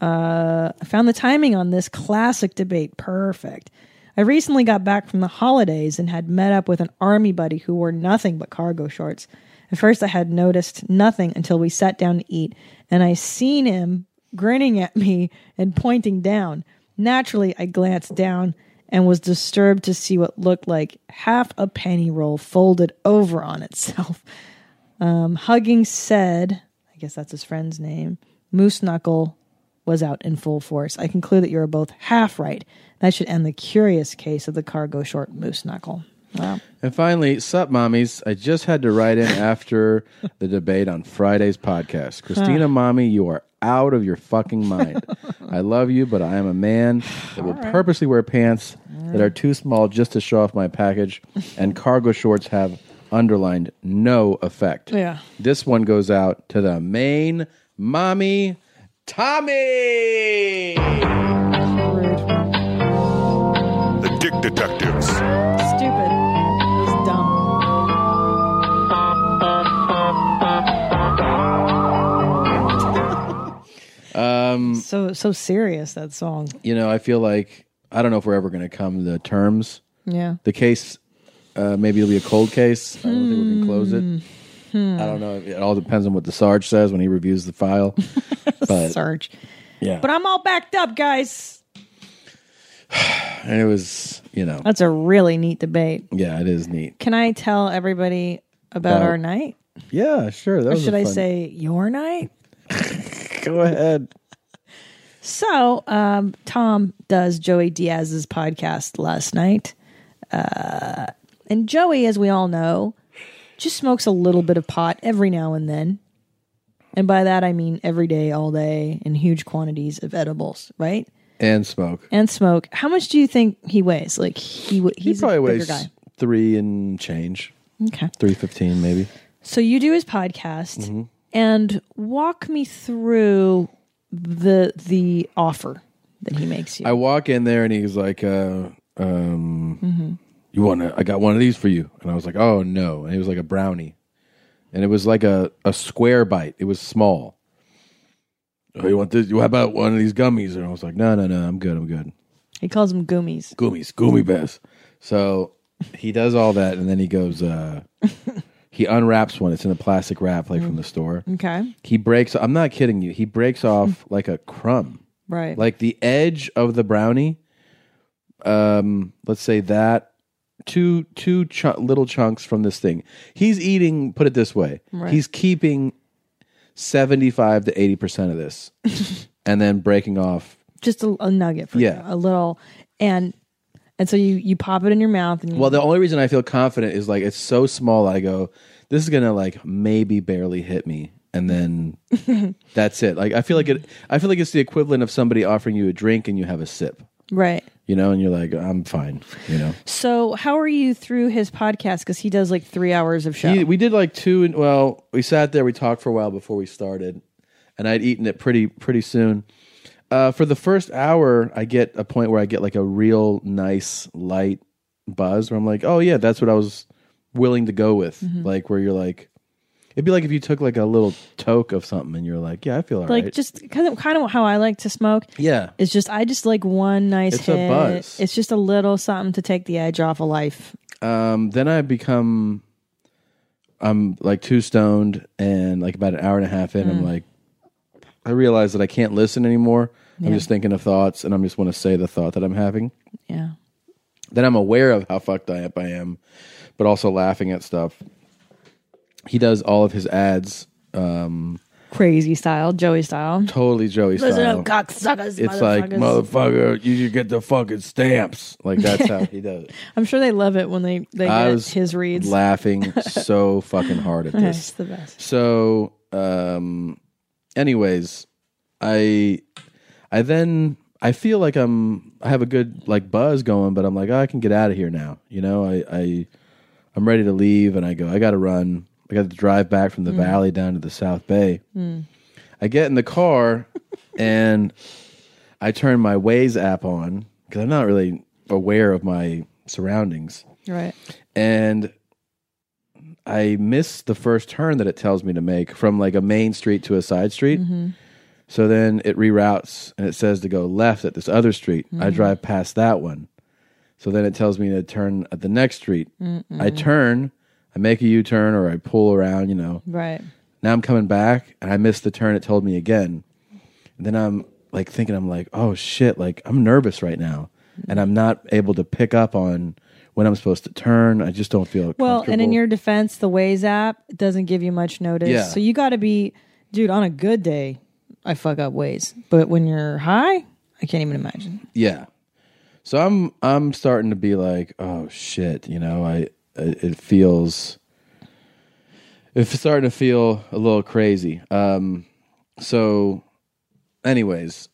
Speaker 3: Uh, I found the timing on this classic debate perfect. I recently got back from the holidays and had met up with an army buddy who wore nothing but cargo shorts. At first, I had noticed nothing until we sat down to eat, and I seen him grinning at me and pointing down. Naturally, I glanced down and was disturbed to see what looked like half a penny roll folded over on itself. Um, hugging said, I guess that's his friend's name, Moose Knuckle was out in full force. I conclude that you are both half right. That should end the curious case of the cargo short moose knuckle. Wow.
Speaker 1: And finally, sup, mommies. I just had to write in after the debate on Friday's podcast. Christina, mommy, you are out of your fucking mind. I love you, but I am a man that will purposely wear pants that are too small just to show off my package, and cargo shorts have underlined no effect.
Speaker 3: Yeah.
Speaker 1: This one goes out to the main mommy, Tommy.
Speaker 8: The Dick Detectives.
Speaker 3: Stupid. It was dumb.
Speaker 1: (laughs) Um,
Speaker 3: So so serious that song.
Speaker 1: you know, I feel like I don't know if we're ever going to come to terms.
Speaker 3: Yeah.
Speaker 1: The case, uh, maybe it'll be a cold case. I don't think we can close it.
Speaker 3: Hmm.
Speaker 1: I don't know. It all depends on what the Sarge says when he reviews the
Speaker 3: (laughs)
Speaker 1: file. But
Speaker 3: Sarge.
Speaker 1: yeah,
Speaker 3: But I'm all backed up, guys.
Speaker 1: and it was you know
Speaker 3: That's a really neat debate.
Speaker 1: yeah, it is neat.
Speaker 3: Can I tell everybody about
Speaker 1: About-
Speaker 3: our night?
Speaker 1: Yeah, sure. That
Speaker 3: Or
Speaker 1: was a
Speaker 3: should I
Speaker 1: fun-
Speaker 3: say your night?
Speaker 1: Go ahead.
Speaker 3: So, um, Tom does Joey Diaz's podcast last night. Uh, and Joey, as we all know, just smokes a little bit of pot every now and then. And by that, I mean every day, all day, in huge quantities of edibles, right?
Speaker 1: and smoke.
Speaker 3: and smoke. How much do you think he weighs? Like he w-
Speaker 1: He
Speaker 3: he's
Speaker 1: probably
Speaker 3: a bigger
Speaker 1: weighs
Speaker 3: guy.
Speaker 1: three and change.
Speaker 3: Okay.
Speaker 1: Three fifteen maybe.
Speaker 3: So you do his podcast
Speaker 1: Mhm.
Speaker 3: and walk me through the the offer that he makes you.
Speaker 1: I walk in there and he's like, uh, um,
Speaker 3: Mhm.
Speaker 1: "You want to? I got one of these for you." And I was like, "Oh no!" And it was like a brownie, and it was like a, a square bite. It was small. Oh, you want this? How about one of these gummies? And I was like, "No, no, no, I'm good. I'm good."
Speaker 3: he calls them goomies.
Speaker 1: Gummies, gummy bears. So he does all that, and then he goes. Uh, he unwraps one. It's in a plastic wrap, like from the store.
Speaker 3: Okay.
Speaker 1: He breaks. I'm not kidding you. He breaks off like a crumb.
Speaker 3: Right.
Speaker 1: Like the edge of the brownie. Um, let's say that two two chu- little chunks from this thing. He's eating. Put it this way.
Speaker 9: Right.
Speaker 1: He's keeping seventy five to eighty percent of this, and then breaking off.
Speaker 3: Just a, a nugget for
Speaker 1: Yeah.
Speaker 3: you, a little and and so you you pop it in your mouth and you,
Speaker 1: Well, the only reason I feel confident is like it's so small. I go, this is gonna like maybe barely hit me, and then that's it. Like I feel like it. I feel like it's the equivalent of somebody offering you a drink and you have a sip.
Speaker 3: right.
Speaker 1: You know, and you're like, I'm fine. You know.
Speaker 3: So how are you through his podcast? Because he does like three hours of show.
Speaker 1: He- we did like two. and- Well, we sat there. We talked for a while before we started, and I'd eaten it pretty pretty soon. Uh, for the first hour, I get a point where I get like a real nice light buzz where I'm like, oh yeah, that's what I was willing to go with.
Speaker 3: Mhm.
Speaker 1: Like where you're like, it'd be like if you took like a little toke of something and you're like, yeah, I feel all right.
Speaker 3: like just kind of, kind of how I like to smoke.
Speaker 1: yeah,
Speaker 3: It's just I just like one nice
Speaker 1: It's a
Speaker 3: hit.
Speaker 1: buzz.
Speaker 3: It's just a little something to take the edge off of life.
Speaker 1: Um, then I become, I'm like too stoned, and like about an hour and a half in, I'm
Speaker 3: Mm.
Speaker 1: like, I realize that I can't listen anymore. I'm
Speaker 3: Yeah.
Speaker 1: just thinking of thoughts, and I'm just want to say the thought that I'm having.
Speaker 3: Yeah.
Speaker 1: Then I'm aware of how fucked I up I am, but also laughing at stuff. He does all of his ads, um,
Speaker 3: Crazy style, Joey style.
Speaker 1: totally Joey style.
Speaker 3: cocksuckers.
Speaker 1: it's like motherfucker, you should get the fucking stamps. Like that's how he does.
Speaker 3: (laughs)
Speaker 1: It.
Speaker 3: I'm sure they love it when they they
Speaker 1: I
Speaker 3: get
Speaker 1: was
Speaker 3: his reads.
Speaker 1: laughing
Speaker 3: (laughs)
Speaker 1: so fucking hard at this.
Speaker 3: It's the best.
Speaker 1: So, um, anyways, I, I then I feel like I'm I have a good like buzz going, but I'm like oh, I can get out of here now. You know, I, I, I'm ready to leave, and I go I got to run. I got to drive back from the
Speaker 9: Mm.
Speaker 1: valley down to the South Bay. I get in the car and I turn my Waze app on because I'm not really aware of my surroundings
Speaker 3: Right.
Speaker 1: and I miss the first turn that it tells me to make from like a main street to a side street.
Speaker 3: Mm-hmm.
Speaker 9: Mhm.
Speaker 1: So then it reroutes and it says to go left at this other street. I
Speaker 3: Mm-hmm.
Speaker 9: Mhm.
Speaker 1: drive past that one. So then it tells me to turn at the next street. I turn, I make a U turn or I pull around, you know.
Speaker 3: Right.
Speaker 1: Now I'm coming back and I missed the turn it told me again. And then I'm like thinking, I'm like, oh shit, like I'm nervous right now. And I'm not able to pick up on when I'm supposed to turn. I just don't feel
Speaker 3: Well, and in
Speaker 1: comfortable.
Speaker 3: your defense, the Waze app doesn't give you much notice.
Speaker 1: Yeah.
Speaker 3: So you got to be, dude, on a good day, I fuck up Waze. But when you're high, I can't even imagine.
Speaker 1: Yeah. So I'm I'm starting to be like, oh shit, you know, I it it feels it's starting to feel a little crazy. Um so anyways,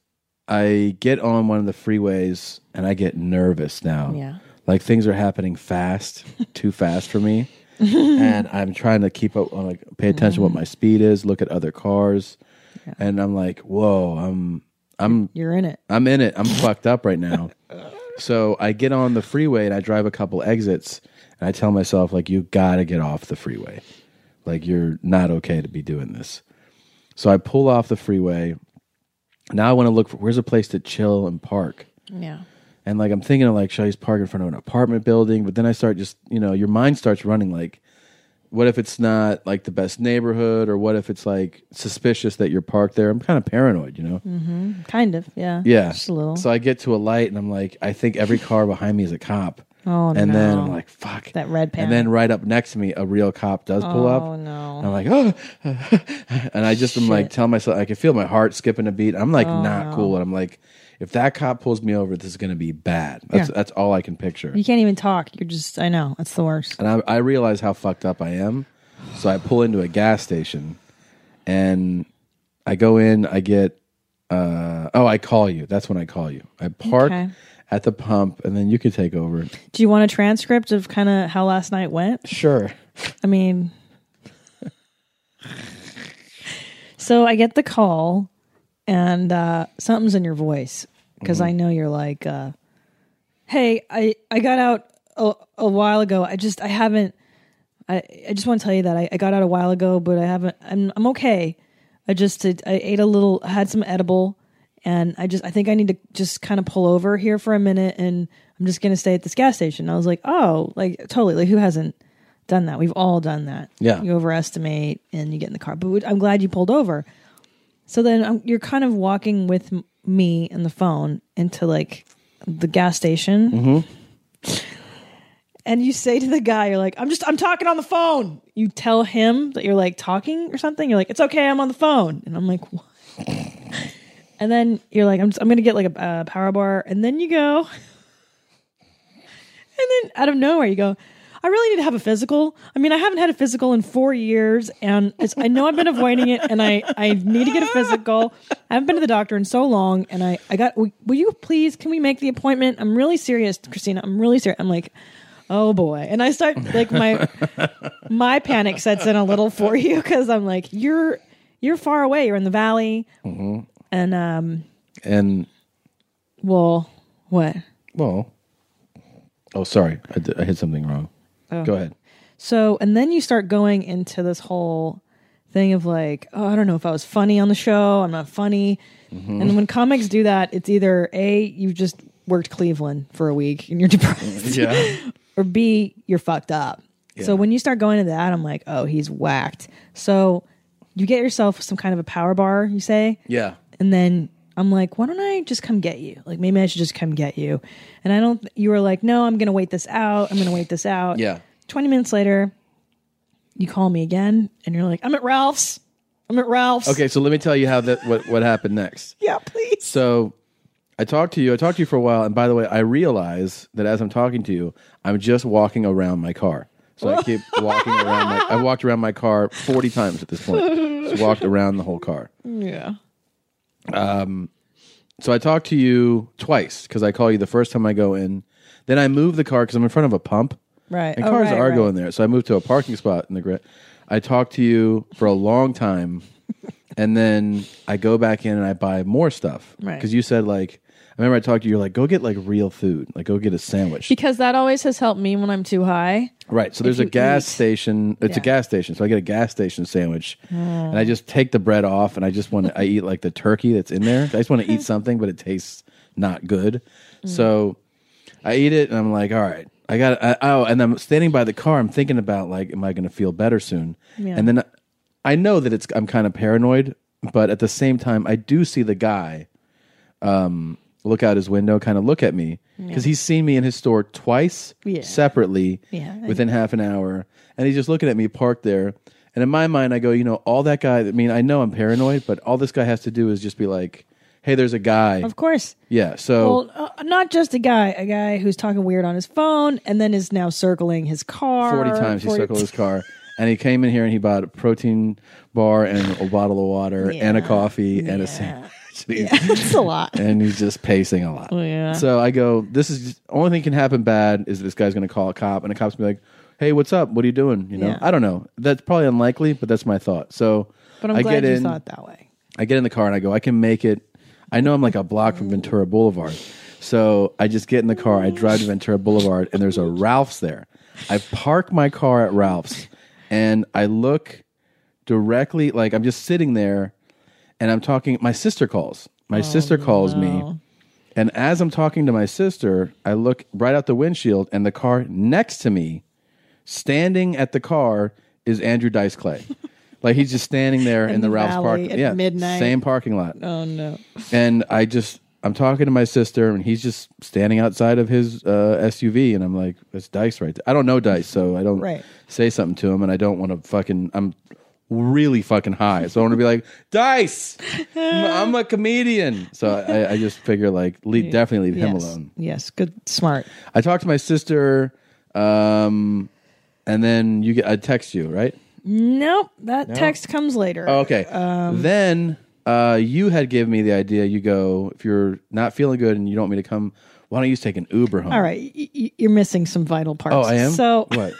Speaker 1: I get on one of the freeways and I get nervous now.
Speaker 9: Yeah.
Speaker 1: Like things are happening fast, too fast for me. and I'm trying to keep up on like pay attention what my speed is, look at other cars. And I'm like, whoa, I'm I'm
Speaker 3: You're in it.
Speaker 1: I'm in it. I'm fucked up right now. So I get on the freeway and I drive a couple exits and I tell myself like you got to get off the freeway. Like you're not okay to be doing this. So I pull off the freeway. Now I want to look for where's a place to chill and park.
Speaker 3: Yeah.
Speaker 1: And like I'm thinking of like should I just park in front of an apartment building? But then I start just, you know, your mind starts running like what if it's not like the best neighborhood or what if it's like suspicious that you're parked there? I'm kind of paranoid, you know.
Speaker 3: hmm Kind of. Yeah.
Speaker 1: Yeah.
Speaker 3: Just a little.
Speaker 1: So I get to a light and I'm like, I think every car behind me is a cop.
Speaker 3: (laughs) oh,
Speaker 1: and
Speaker 3: no.
Speaker 1: then I'm like, fuck.
Speaker 3: That red pan.
Speaker 1: And then right up next to me, a real cop does pull up.
Speaker 3: Oh, no.
Speaker 1: And I'm like, oh. (laughs) and I just am like, tell myself, I can feel my heart skipping a beat. I'm like,
Speaker 3: Oh,
Speaker 1: not
Speaker 3: no.
Speaker 1: cool. And I'm like, if that cop pulls me over, this is going to be bad. That's,
Speaker 3: Yeah.
Speaker 1: that's all I can picture.
Speaker 3: You can't even talk. You're just, I know. That's the worst.
Speaker 1: And I, I realize how fucked up I am. So I pull into a gas station and I go in, I get Uh, oh, I call you. That's when I call you. I park
Speaker 3: Okay.
Speaker 1: at the pump, and then you could take over.
Speaker 3: Do you want a transcript of kind of how last night went?
Speaker 1: Sure.
Speaker 3: I mean, so I get the call, and uh, something's in your voice because I know you're like, uh, "Hey, I I got out a, a while ago. I just I haven't. I I just want to tell you that I, I got out a while ago, but I haven't. I'm I'm okay. I just did, I ate a little, I had some edible, and I just I think I need to just kind of pull over here for a minute, and I'm just gonna stay at this gas station. I was like, oh, like totally. Like who hasn't done that? We've all done that.
Speaker 9: Yeah.
Speaker 3: you overestimate and you get in the car. But I'm glad you pulled over. So then um, you're kind of walking with m- me and the phone into like the gas station,
Speaker 1: Mm-hmm.
Speaker 3: and you say to the guy, you're like, I'm just, I'm talking on the phone. You tell him that you're like talking or something. You're like, it's okay, I'm on the phone. And I'm like, what? (laughs) and then you're like, I'm, just, I'm going to get like a uh, power bar. And then you go, (laughs) and then out of nowhere, you go, I really need to have a physical. I mean, I haven't had a physical in four years, and it's, I know I've been avoiding it, and I, I need to get a physical. I haven't been to the doctor in so long, and I, I got, will, will you please, can we make the appointment? I'm really serious, Christina. I'm really serious. I'm like, oh boy. And I start, like, my, my panic sets in a little for you because I'm like, you're, you're far away. You're in the valley.
Speaker 1: hmm
Speaker 3: And, um,
Speaker 1: And
Speaker 3: well, what?
Speaker 1: well, oh, sorry, I, d- I hit something wrong.
Speaker 3: Oh.
Speaker 1: Go ahead.
Speaker 3: So, and then you start going into this whole thing of like, oh, I don't know if I was funny on the show. I'm not funny.
Speaker 1: Mhm.
Speaker 3: And when comics do that, it's either A, you just worked Cleveland for a week and you're (laughs) depressed.
Speaker 1: Yeah.
Speaker 3: (laughs) or B, you're fucked up. So
Speaker 1: Yeah.
Speaker 3: when you start going to that, I'm like, oh, he's whacked. So you get yourself some kind of a power bar, you say,
Speaker 1: Yeah.
Speaker 3: and then I'm like, why don't I just come get you? Like, maybe I should just come get you. And I don't, you were like, no, I'm going to wait this out. I'm going to wait this out.
Speaker 1: Yeah.
Speaker 3: 20 minutes later, you call me again and you're like, I'm at Ralph's. I'm at Ralph's.
Speaker 1: Okay, so let me tell you how that what what happened next.
Speaker 3: (laughs) Yeah, please.
Speaker 1: So I talked to you. I talked to you for a while, and by the way, I realize that as I'm talking to you, I'm just walking around my car. So
Speaker 3: (laughs)
Speaker 1: I keep walking around. My, I walked around my car 40 times at this point. Just walked around the whole car.
Speaker 3: Yeah.
Speaker 1: Um, so I talked to you twice because I call you the first time I go in. Then I move the car because I'm in front of a pump.
Speaker 3: Right.
Speaker 1: And
Speaker 3: Oh,
Speaker 1: cars
Speaker 3: right,
Speaker 1: are
Speaker 3: right.
Speaker 1: going there. So I moved to a parking spot in the grid. I talked to you for a
Speaker 3: (laughs)
Speaker 1: long time and then I go back in and I buy more stuff.
Speaker 3: Right.
Speaker 1: Because you said, like, I remember I talked to you, you're like, go get like real food, like, go get a sandwich.
Speaker 3: Because that always has helped me when I'm too high.
Speaker 1: Right. So there's a gas station. It's a gas station. So I get a gas station sandwich and I just take the bread off and I just want to, I eat like the turkey that's in there. I just want to eat something, but it tastes not good. So I eat it and I'm like, all right, I got to, oh, and I'm standing by the car. I'm thinking about like, am I going to feel better soon?
Speaker 20: Yeah.
Speaker 1: And then I know that it's, I'm kind of paranoid, but at the same time, I do see the guy um, look out his window, kind of look at me
Speaker 20: Yeah.
Speaker 1: because he's seen me in his store twice
Speaker 20: Yeah.
Speaker 1: separately
Speaker 20: Yeah, I-
Speaker 1: within half an hour. And he's just looking at me parked there. And in my mind, I go, you know, all that guy, I mean, I know I'm paranoid, but all this guy has to do is just be like, hey, there's a guy.
Speaker 3: Of course.
Speaker 1: Yeah. So,
Speaker 3: well, uh, not just a guy, a guy who's talking weird on his phone and then is now circling his car.
Speaker 1: 40 times he
Speaker 3: 40 (laughs)
Speaker 20: (laughs)
Speaker 1: circled his car. And he came in here and he bought a protein bar and a bottle of water and a coffee and a sandwich. (laughs)
Speaker 3: It's a lot.
Speaker 1: and he's just pacing a lot.
Speaker 3: Oh, yeah.
Speaker 1: So I go, this is just, only thing can happen bad is this guy's going to call a cop, and the cop's gonna be like, "Hey, what's up? What are you doing?" You know,
Speaker 3: Yeah.
Speaker 1: I don't know. That's probably unlikely, but that's my thought. So
Speaker 3: But I'm
Speaker 1: I
Speaker 3: glad
Speaker 1: get
Speaker 3: you
Speaker 1: in,
Speaker 3: thought that way.
Speaker 1: I get in the car and I go, I can make it. I know I'm like a block from Ventura Boulevard. So I just get in the car, I drive to Ventura Boulevard, and there's a Ralph's there. I park my car at Ralph's and I look directly, like I'm just sitting there and I'm talking. My sister calls. My sister calls me. And as I'm talking to my sister, I look right out the windshield, and the car next to me, standing at the car, is Andrew Dice Clay. like he's just standing there
Speaker 3: (laughs)
Speaker 1: in,
Speaker 3: In
Speaker 1: the,
Speaker 3: the
Speaker 1: Ralph's
Speaker 3: valley
Speaker 1: parking
Speaker 3: at
Speaker 1: yeah,
Speaker 3: midnight.
Speaker 1: Same parking lot.
Speaker 3: Oh, no.
Speaker 1: And I just, I'm talking to my sister, and he's just standing outside of his uh, SUV, and I'm like, that's Dice right there. I don't know Dice, so I don't
Speaker 20: Right.
Speaker 1: say something to him, and I don't want to fucking, I'm really fucking high. So I want to be like,
Speaker 3: (laughs)
Speaker 1: Dice, I'm, I'm a comedian. So I, I just figure, like, leave, definitely leave him
Speaker 3: Yes.
Speaker 1: alone.
Speaker 3: Yes. Good. Smart.
Speaker 1: I talked to my sister, um, and then you get, I text you, right?
Speaker 3: Nope. That
Speaker 1: No?
Speaker 3: text comes later.
Speaker 1: Oh, okay.
Speaker 3: Um,
Speaker 1: then Uh, you had given me the idea. You go if you're not feeling good and you don't want me to come. Why don't you just take an Uber home?
Speaker 3: All right, y- y- you're missing some vital parts.
Speaker 1: Oh, I am.
Speaker 3: So (laughs)
Speaker 1: what?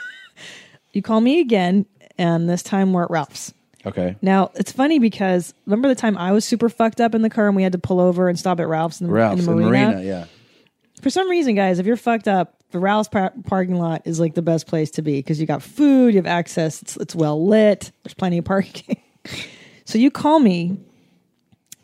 Speaker 3: you call me again, and this time we're at Ralph's.
Speaker 1: Okay.
Speaker 3: Now it's funny because remember the time I was super fucked up in the car and we had to pull over and stop at Ralph's in the, in
Speaker 1: Ralph's
Speaker 3: the
Speaker 1: and
Speaker 3: marina.
Speaker 1: Marina. Yeah.
Speaker 3: For some reason, guys, if you're fucked up, the Ralph's par- parking lot is like the best place to be because you got food, you have access, it's, it's well lit, there's plenty of parking. (laughs) so you call me,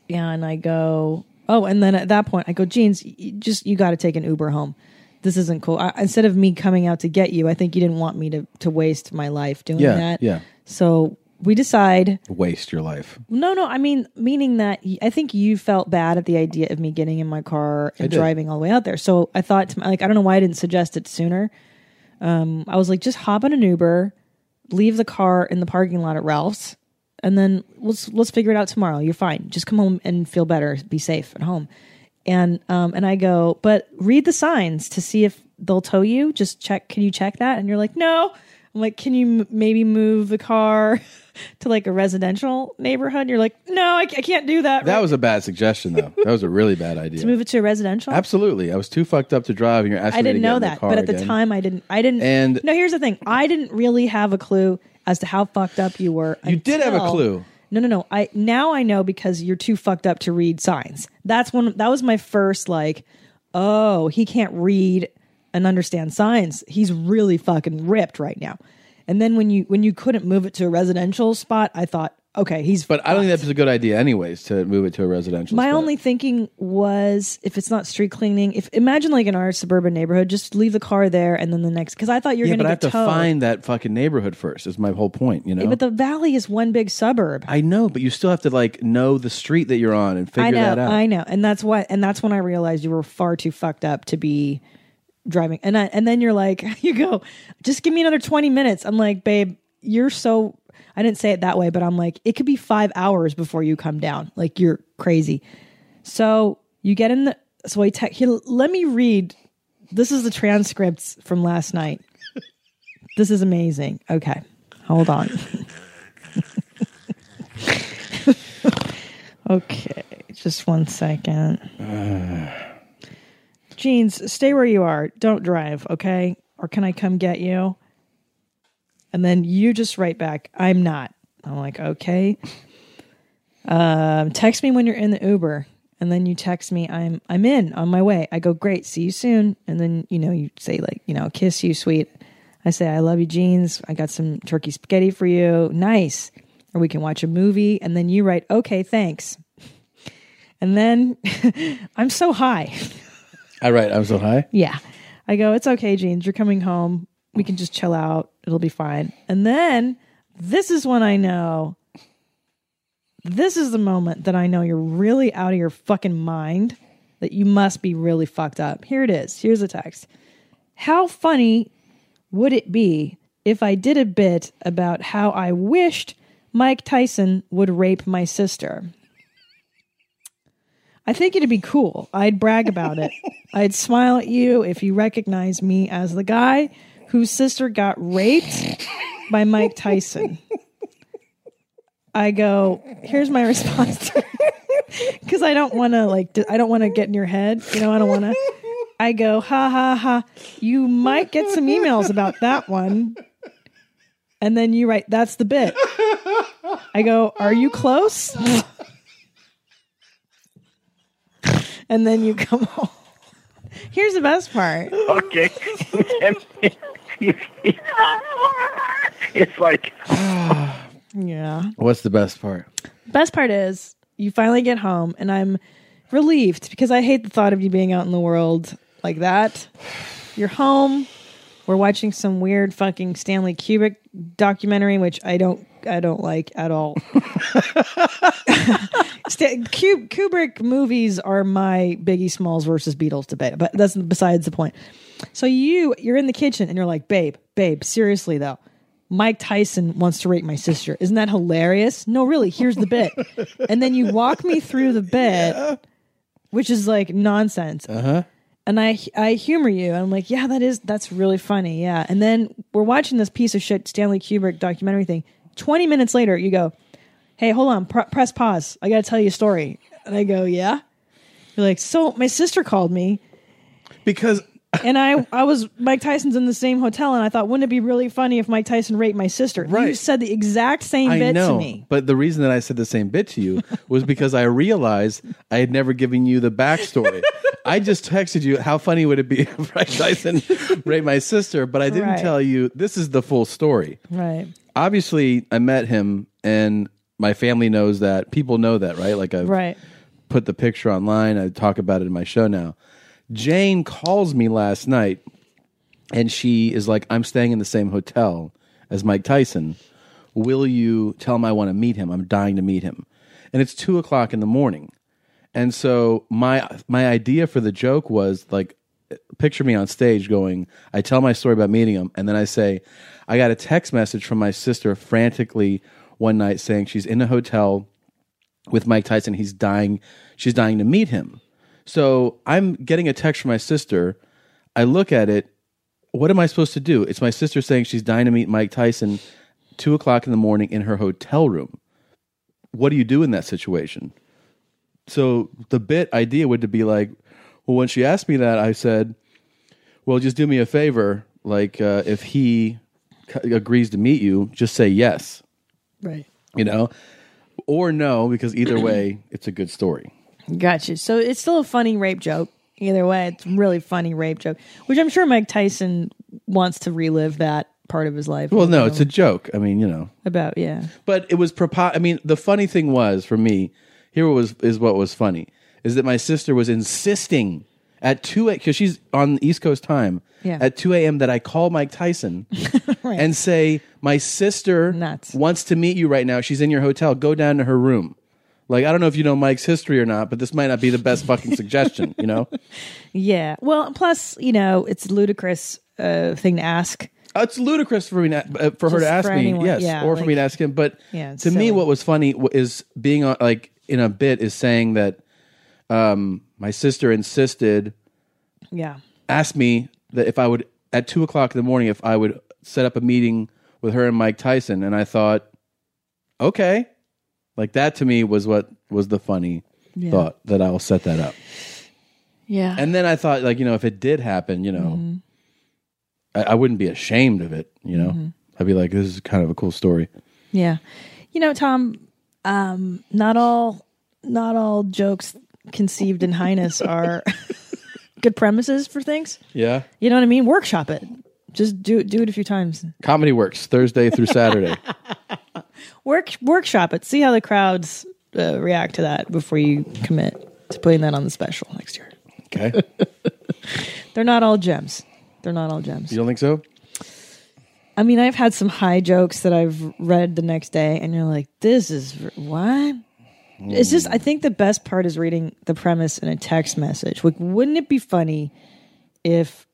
Speaker 3: and I go, oh, and then at that point I go, Jeans, y- you just you got to take an Uber home. This isn't cool. I, instead of me coming out to get you, I think you didn't want me to to waste my life doing
Speaker 1: Yeah,
Speaker 3: that.
Speaker 1: yeah.
Speaker 3: So we decide
Speaker 1: Waste your life.
Speaker 3: no, no. I mean, meaning that y- I think you felt bad at the idea of me getting in my car
Speaker 1: I
Speaker 3: and
Speaker 1: did.
Speaker 3: driving all the way out there. So I thought, to my, like, I don't know why I didn't suggest it sooner. Um, I was like, just hop on an Uber, leave the car in the parking lot at Ralph's, and then let's let's figure it out tomorrow. You're fine. Just come home and feel better. Be safe at home. And um, and I go, but read the signs to see if they'll tow you. Just check. Can you check that? And you're like, no. I'm like, can you m- maybe move the car (laughs) to like a residential neighborhood? You're like, no, I, ca- I can't do that.
Speaker 1: That was a bad suggestion, though. that was a really bad
Speaker 3: to
Speaker 1: idea.
Speaker 3: move it to a residential.
Speaker 1: Absolutely. I was too fucked up to drive, and you're asking
Speaker 3: I
Speaker 1: me to
Speaker 3: didn't
Speaker 1: get
Speaker 3: know
Speaker 1: in the
Speaker 3: that,
Speaker 1: car
Speaker 3: but at the
Speaker 1: again.
Speaker 3: time, I didn't. I didn't.
Speaker 1: And-
Speaker 3: no, here's the thing: I didn't really have a clue as to how fucked up you were.
Speaker 1: You did have a
Speaker 3: until-
Speaker 1: clue.
Speaker 3: No, no, no. I now I know because you're too fucked up to read signs. That's when that was my first like, oh, he can't read and understand signs. He's really fucking ripped right now. And then when you when you couldn't move it to a residential spot, I thought, okay, he's.
Speaker 1: But I don't think that was a good idea, anyways, to move it to a residential.
Speaker 3: My
Speaker 1: spot.
Speaker 3: only thinking was if it's not street cleaning, if imagine like in our suburban neighborhood, just leave the car there and then the next because I thought you were
Speaker 1: yeah, but
Speaker 3: going
Speaker 1: I have
Speaker 3: get
Speaker 1: to
Speaker 3: towed.
Speaker 1: find that fucking neighborhood first. Is my whole point, you know.
Speaker 3: Yeah, but the valley is one big suburb.
Speaker 1: I know, but you still have to like know the street that you're on and figure
Speaker 3: I know,
Speaker 1: that out.
Speaker 3: I know, and that's why, and that's when I realized you were far too fucked up to be driving. And I, and then you're like, (laughs) you go, just give me another twenty minutes. I'm like, babe, you're so. I didn't say it that way, but I'm like, it could be five hours before you come down. Like you're crazy. So you get in the. So I text. Here, let me read. This is the transcripts from last night. This is amazing. Okay, hold on. Okay, just one second. Jeans, stay where you are. Don't drive, okay? Or can I come get you? And then you just write back, I'm not. I'm like, okay. Um, text me when you're in the Uber. And then you text me, I'm I'm in on my way. I go, Great, see you soon. And then, you know, you say like, you know, kiss you, sweet. I say, I love you, jeans. I got some turkey spaghetti for you. Nice. Or we can watch a movie. And then you write, okay, thanks. And then (laughs) I'm so high. (laughs)
Speaker 1: I write. I'm so high.
Speaker 3: Yeah. I go, it's okay, Jeans. You're coming home. We can just chill out. It'll be fine. And then this is when I know this is the moment that I know you're really out of your fucking mind, that you must be really fucked up. Here it is. Here's the text. How funny would it be if I did a bit about how I wished Mike Tyson would rape my sister? I think it'd be cool. I'd brag about it. I'd smile at you if you recognize me as the guy whose sister got raped by Mike Tyson. I go, here's my response (laughs) to because I don't want to like d- I don't want to get in your head, you know, I don't want to I go, "Ha ha ha. You might get some emails about that one." And then you write, "That's the bit." I go, "Are you close?" and then you come (laughs) home. Here's the best part.
Speaker 9: Okay.
Speaker 3: (laughs)
Speaker 9: (laughs) it's like
Speaker 3: (sighs) Yeah.
Speaker 1: What's the best part?
Speaker 3: Best part is you finally get home, and I'm relieved because I hate the thought of you being out in the world like that. You're home. We're watching some weird fucking Stanley Kubrick documentary, which I don't, I don't like at all. Stan, Kub- Kubrick movies are my Biggie Smalls versus Beatles debate, but that's besides the point. So you, you're in the kitchen, and you're like, babe, babe, seriously though. Mike Tyson wants to rape my sister. Isn't that hilarious? No, really, here's the bit. and then you walk me through the bit, which is like nonsense.
Speaker 1: Uh huh.
Speaker 3: And I I humor you. And I'm like, yeah, that is that's really funny. Yeah. And then we're watching this piece of shit Stanley Kubrick documentary thing. 20 minutes later, you go, hey, hold on, pr- press pause. I got to tell you a story. And I go, yeah. You're like, so my sister called me
Speaker 1: because.
Speaker 3: and I, I was Mike Tyson's in the same hotel, and I thought, wouldn't it be really funny if Mike Tyson raped my sister?
Speaker 1: Right.
Speaker 3: You said the exact same
Speaker 1: I
Speaker 3: bit
Speaker 1: know,
Speaker 3: to me.
Speaker 1: but the reason that I said the same bit
Speaker 3: (laughs)
Speaker 1: to you was because I realized I had never given you the backstory. I just texted you, "How funny would it be (laughs) if Mike Tyson raped my sister?" But I didn't
Speaker 3: Right.
Speaker 1: tell you this is the full story.
Speaker 3: Right.
Speaker 1: Obviously, I met him, and my family knows that. People know that, right? Like I've
Speaker 3: Right.
Speaker 1: put the picture online. I talk about it in my show now. Jane calls me last night and she is like, I'm staying in the same hotel as Mike Tyson. Will you tell him I want to meet him? I'm dying to meet him. And it's two o'clock in the morning. And so my my idea for the joke was like picture me on stage going, I tell my story about meeting him, and then I say, I got a text message from my sister frantically one night saying she's in a hotel with Mike Tyson. He's dying. She's dying to meet him. So I'm getting a text from my sister. I look at it. What am I supposed to do? It's my sister saying she's dying to meet Mike Tyson two o'clock in the morning in her hotel room. What do you do in that situation? So the bit idea would to be like, well, when she asked me that, I said, well, just do me a favor. Like, uh, if he c- agrees to meet you, just say yes
Speaker 3: Right.
Speaker 1: you know, or no, because either way, it's a good story.
Speaker 3: Gotcha. So it's still a funny rape joke. Either way, it's a really funny rape joke, which I'm sure Mike Tyson wants to relive that part of his life.
Speaker 1: Well, no, it's a joke. I mean, you know,
Speaker 3: about yeah.
Speaker 1: but it was prepo- I mean, the funny thing was for me here was is what was funny is that my sister was insisting at two because she's on East Coast time
Speaker 3: Yeah.
Speaker 1: at two a.m. that I call Mike Tyson and say my sister wants to meet you right now. She's in your hotel. Go down to her room. Like I don't know if you know Mike's history or not, but this might not be the best fucking suggestion. You know.
Speaker 3: Yeah. Well, plus, you know, it's a ludicrous uh, thing to ask.
Speaker 1: It's ludicrous for me to, uh, for her
Speaker 3: Just
Speaker 1: to ask
Speaker 3: for
Speaker 1: me,
Speaker 3: anyone-
Speaker 1: yes,
Speaker 3: yeah,
Speaker 1: or for
Speaker 3: like-
Speaker 1: me to ask him. But
Speaker 3: Yeah,
Speaker 1: to
Speaker 3: it's
Speaker 1: me,
Speaker 3: silly.
Speaker 1: what was funny w- is being on, like in a bit is saying that um, my sister insisted,
Speaker 3: Yeah.
Speaker 1: asked me that if I would at two o'clock in the morning if I would set up a meeting with her and Mike Tyson, and I thought, okay, like that to me was what was the funny
Speaker 3: Yeah.
Speaker 1: thought that I will set that up.
Speaker 3: Yeah. Mm-hmm.
Speaker 1: And then I thought, like, you know, if it did happen, you know, I, I wouldn't be ashamed of it, you know?
Speaker 3: Mm-hmm.
Speaker 1: I'd be like, this is kind of a cool story.
Speaker 3: Yeah. You know, Tom, um, not all not all jokes conceived in highness (laughs) are good premises for things.
Speaker 1: Yeah.
Speaker 3: You know what I mean? Workshop it. Just do do it a few times.
Speaker 1: Comedy Works, Thursday
Speaker 3: (laughs)
Speaker 1: through Saturday.
Speaker 3: Work workshop it. See how the crowds uh, react to that before you commit to putting that on the special next year.
Speaker 1: okay.
Speaker 3: They're not all gems. They're not all gems.
Speaker 1: You don't think so?
Speaker 3: I mean, I've had some high jokes that I've read the next day, and you're like, this is r- what? It's just, I think the best part is reading the premise in a text message. Like, wouldn't it be funny if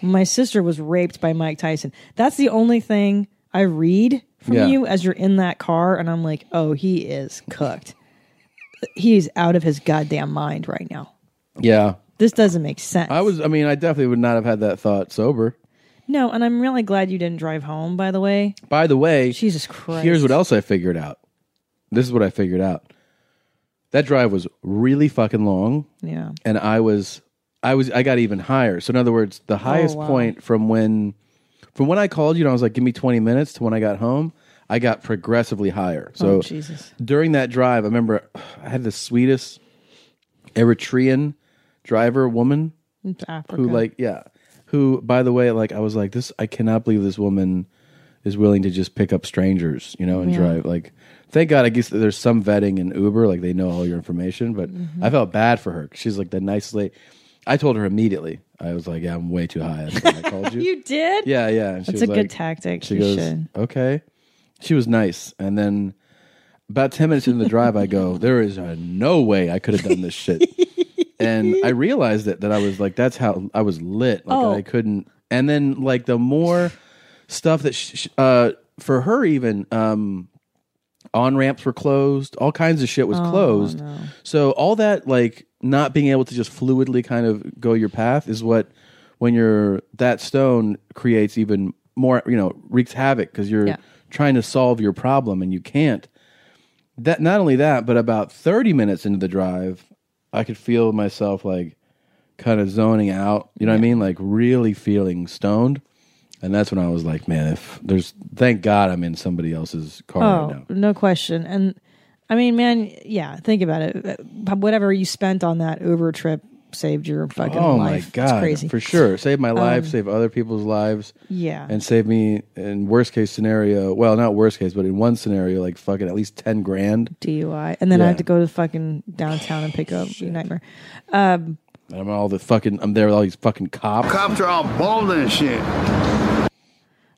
Speaker 3: my sister was raped by Mike Tyson? That's the only thing I read from
Speaker 19: Yeah.
Speaker 3: you as you're in that car, and I'm like, oh, he is cooked. He's out of his goddamn mind right now.
Speaker 1: Yeah.
Speaker 3: This doesn't make sense.
Speaker 1: I was, I mean, I definitely would not have had that thought sober.
Speaker 3: no, and I'm really glad you didn't drive home, by the way.
Speaker 1: By the way,
Speaker 3: Jesus Christ.
Speaker 1: here's what else I figured out. This is what I figured out. That drive was really fucking long.
Speaker 3: Yeah.
Speaker 1: and I was I was I got even higher. So in other words, the highest
Speaker 3: Oh, wow.
Speaker 1: point from when from when I called you and I was like, give me twenty minutes to when I got home, I got progressively higher. So
Speaker 3: Oh, Jesus.
Speaker 1: during that drive, I remember I had the sweetest Eritrean driver woman
Speaker 3: It's Africa.
Speaker 1: who like yeah. Who, by the way, like I was like, this I cannot believe this woman is willing to just pick up strangers, you know, and
Speaker 3: Yeah.
Speaker 1: drive like thank God I guess that there's some vetting in Uber, like they know all your information, but
Speaker 3: Mhm.
Speaker 1: I felt bad for her. She's like the nicest lady. I told her immediately. I was like, Yeah, I'm way too high. That's why I called you.
Speaker 3: You did?
Speaker 1: (laughs) Yeah, yeah. And she
Speaker 3: That's
Speaker 1: was
Speaker 3: a good
Speaker 1: like-
Speaker 3: tactic.
Speaker 1: She
Speaker 3: You
Speaker 1: goes,
Speaker 3: should.
Speaker 1: Okay. She was nice. And then about ten minutes into the drive, I go, There is uh, no way I could have done this shit. and I realized it that I was like, that's how I was lit. Like
Speaker 3: Oh.
Speaker 1: I couldn't. And then like the more stuff that sh- sh- uh, for her even um, on ramps were closed, all kinds of shit was
Speaker 3: Oh,
Speaker 1: closed.
Speaker 3: no.
Speaker 1: So all that like not being able to just fluidly kind of go your path is what when you're that stone creates even more. You know, wreaks havoc because you're
Speaker 3: Yeah.
Speaker 1: trying to solve your problem and you can't that not only that, but about 30 minutes into the drive, I could feel myself like kind of zoning out. You know what I mean? Like really feeling stoned. And that's when I was like, man, if there's thank God I'm in somebody else's car right now.
Speaker 3: Oh, no question. And I mean, man, yeah, think about it. Uh, Whatever you spent on that Uber trip saved your fucking
Speaker 1: Oh
Speaker 3: life.
Speaker 1: my god.
Speaker 3: It's crazy.
Speaker 1: For sure. Save my life,
Speaker 3: Um,
Speaker 1: save other people's lives.
Speaker 3: yeah.
Speaker 1: And save me in worst case scenario, well, not worst case, but in one scenario, like fucking at least ten grand.
Speaker 3: DUI. And then I
Speaker 1: Yeah.
Speaker 3: have to go to fucking downtown and pick up your nightmare. Um,
Speaker 1: And I'm all the fucking I'm there with all these fucking cops.
Speaker 7: Cops are all bald and shit.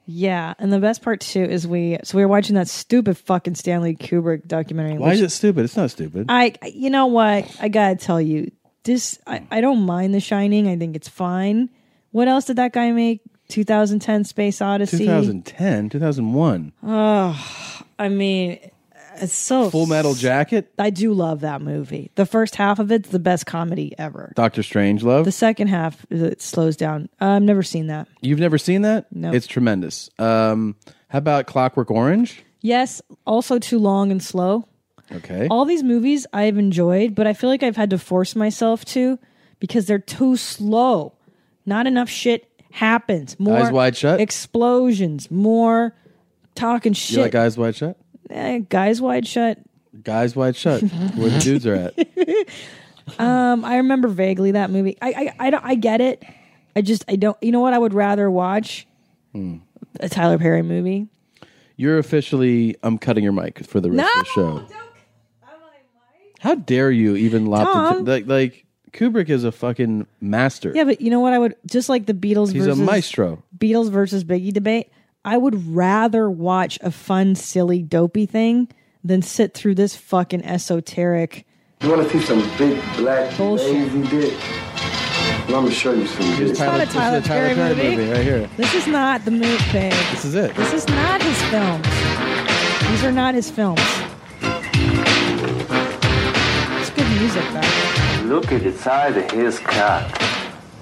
Speaker 3: yeah. And the best part too is we so we were watching that stupid fucking Stanley Kubrick documentary.
Speaker 1: Why is
Speaker 3: which-
Speaker 1: it stupid? It's not stupid.
Speaker 3: I you know what? I gotta tell you, this I, I don't mind the shining. I think it's fine. What else did that guy make? 2010 Space Odyssey.
Speaker 1: 2010, 2001.
Speaker 3: Oh, I mean, it's so
Speaker 1: Full Metal Jacket,
Speaker 3: I do love that movie. The first half of it's the best comedy ever.
Speaker 1: Doctor Strangelove.
Speaker 3: The second half it slows down. Uh, I've never seen that.
Speaker 1: You've never seen that?
Speaker 3: No.
Speaker 1: It's tremendous. Um, how about Clockwork Orange?
Speaker 3: Yes, also too long and slow.
Speaker 1: Okay.
Speaker 3: All these movies I've enjoyed, but I feel like I've had to force myself to because they're too slow. Not enough shit happens. More
Speaker 1: Eyes Wide Shut?
Speaker 3: Explosions. More talking shit.
Speaker 1: you like Eyes Wide Shut?
Speaker 3: Eh, guys wide shut.
Speaker 1: Guys Wide Shut, where the dudes are at.
Speaker 3: um, I remember vaguely that movie. I, I I don't I get it. I just I don't. You know what? I would rather watch
Speaker 1: Hmm.
Speaker 3: a Tyler Perry movie.
Speaker 1: You're officially, I'm cutting your mic for the rest of the show. How dare you even lop
Speaker 3: Tom.
Speaker 1: the, like, like Kubrick is a fucking master.
Speaker 3: Yeah, but you know what? I would just like the Beatles.
Speaker 1: He's a
Speaker 3: versus,
Speaker 1: maestro.
Speaker 3: Beatles versus Biggie debate. I would rather watch a fun, silly, dopey thing than sit through this fucking esoteric.
Speaker 12: You want to see some big black lazy dick? Well, I'm gonna show you some dick.
Speaker 3: It's not a Tyler
Speaker 1: this is a
Speaker 3: Perry
Speaker 1: Tyler
Speaker 3: movie.
Speaker 1: right here.
Speaker 3: This is not the mood thing.
Speaker 1: This is it.
Speaker 3: This is not his films. These are not his films. It's good music though.
Speaker 9: Look at the size of his cock.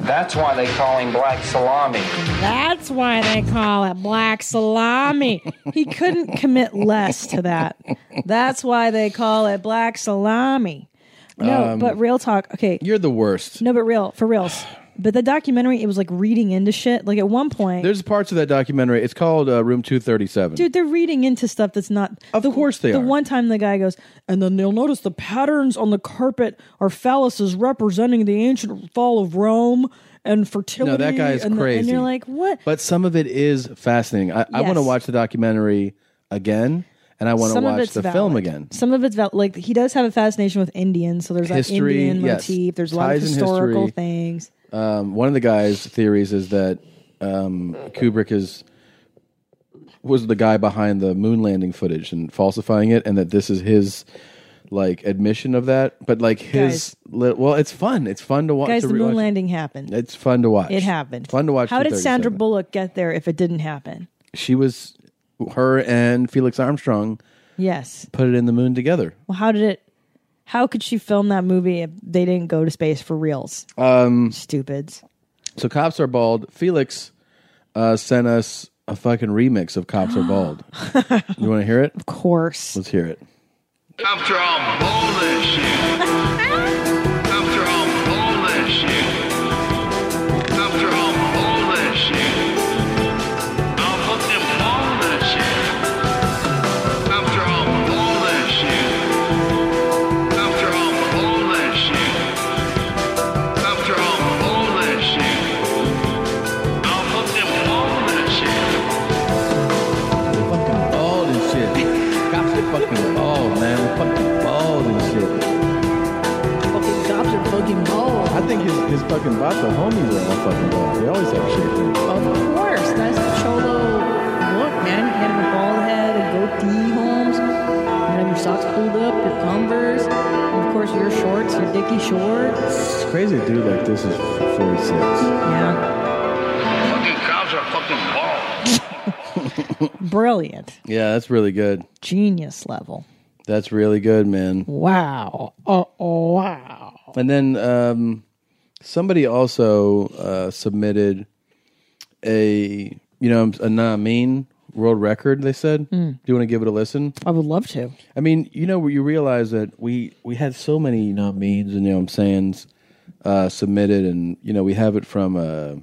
Speaker 9: That's why they call him Black Salami.
Speaker 3: That's why they call it black salami. He couldn't commit less to that. That's why they call it black salami. No,
Speaker 1: Um,
Speaker 3: but real talk. Okay.
Speaker 1: You're the worst.
Speaker 3: No, but real, for reals. But the documentary, it was like reading into shit. Like at one point,
Speaker 1: There's parts of that documentary. It's called uh, Room 237.
Speaker 3: Dude, they're reading into stuff that's not. Of course
Speaker 1: they
Speaker 3: the
Speaker 1: are.
Speaker 3: one time the guy goes, and then they'll notice the patterns on the carpet are phalluses representing the ancient fall of Rome and fertility.
Speaker 1: No, that guy is
Speaker 3: and the-
Speaker 1: crazy.
Speaker 3: and you're like, what?
Speaker 1: But some of it is fascinating. I, I want to
Speaker 3: Yes.
Speaker 1: watch the documentary again, and I want to
Speaker 3: Some of
Speaker 1: watch
Speaker 3: it's
Speaker 1: the
Speaker 3: valid.
Speaker 1: film again.
Speaker 3: Some of it's val- like he does have a fascination with Indians, so there's
Speaker 1: History,
Speaker 3: that Indian
Speaker 1: yes.
Speaker 3: motif. There's a lot of
Speaker 1: Ties in history.
Speaker 3: historical things.
Speaker 1: Um, one of the guys' theories is that um, Kubrick is was the guy behind the moon landing footage and falsifying it, and that this is his like admission of that. But like his li- well, it's fun. It's fun to watch.
Speaker 3: Guys,
Speaker 1: to
Speaker 3: the moon
Speaker 1: rewatch.
Speaker 3: landing happened.
Speaker 1: It's fun to watch.
Speaker 3: It happened.
Speaker 1: Fun to watch.
Speaker 3: How did
Speaker 1: 237.
Speaker 3: Sandra Bullock get there if it didn't happen?
Speaker 1: She was her and Felix Armstrong
Speaker 3: Yes.
Speaker 1: put it in the moon together.
Speaker 3: Well, how did it? How could she film that movie if they didn't go to space for reals?
Speaker 1: Um,
Speaker 3: Stupids.
Speaker 1: So cops are bald. Felix uh, sent us a fucking remix of "Cops
Speaker 3: (laughs)
Speaker 1: Are Bald." you want to hear it? Of
Speaker 3: course.
Speaker 1: Let's hear it.
Speaker 7: Cops are all bald and shit. Cops are all bald and shit. Cops are all bald and shit. All fucking bald and shit. Cops are all bald and shit. Cops are all bald and shit. Cops are all bald and shit. All fucking bald and
Speaker 1: Fucking bald and shit. Cops are fucking bald, man. We're Fucking bald and shit.
Speaker 3: Fucking cops are fucking bald.
Speaker 1: I think his, his fucking vodka homies are all fucking bald. They always have shit.
Speaker 3: Of course, that's the cholo look, man. You gotta have a bald head, a goatee, Holmes. You gotta have your socks pulled up, your Converse, and of course your shorts, your dicky shorts.
Speaker 1: It's crazy a dude like this is 46.
Speaker 3: Yeah.
Speaker 7: Fucking cops are fucking bald.
Speaker 3: (laughs) Brilliant,
Speaker 1: Yeah, that's really good.
Speaker 3: genius level.
Speaker 1: That's really good, man.
Speaker 3: Wow. Oh, oh, wow.
Speaker 1: And then um, somebody also uh, submitted a you know a nah mean world record. They said.
Speaker 3: Mm.
Speaker 1: Do you want to give it a listen?
Speaker 3: I would love to.
Speaker 1: I mean, you know, you realize that we we had so many you know means and you know what I'm sayings uh, submitted, and you know we have it from uh,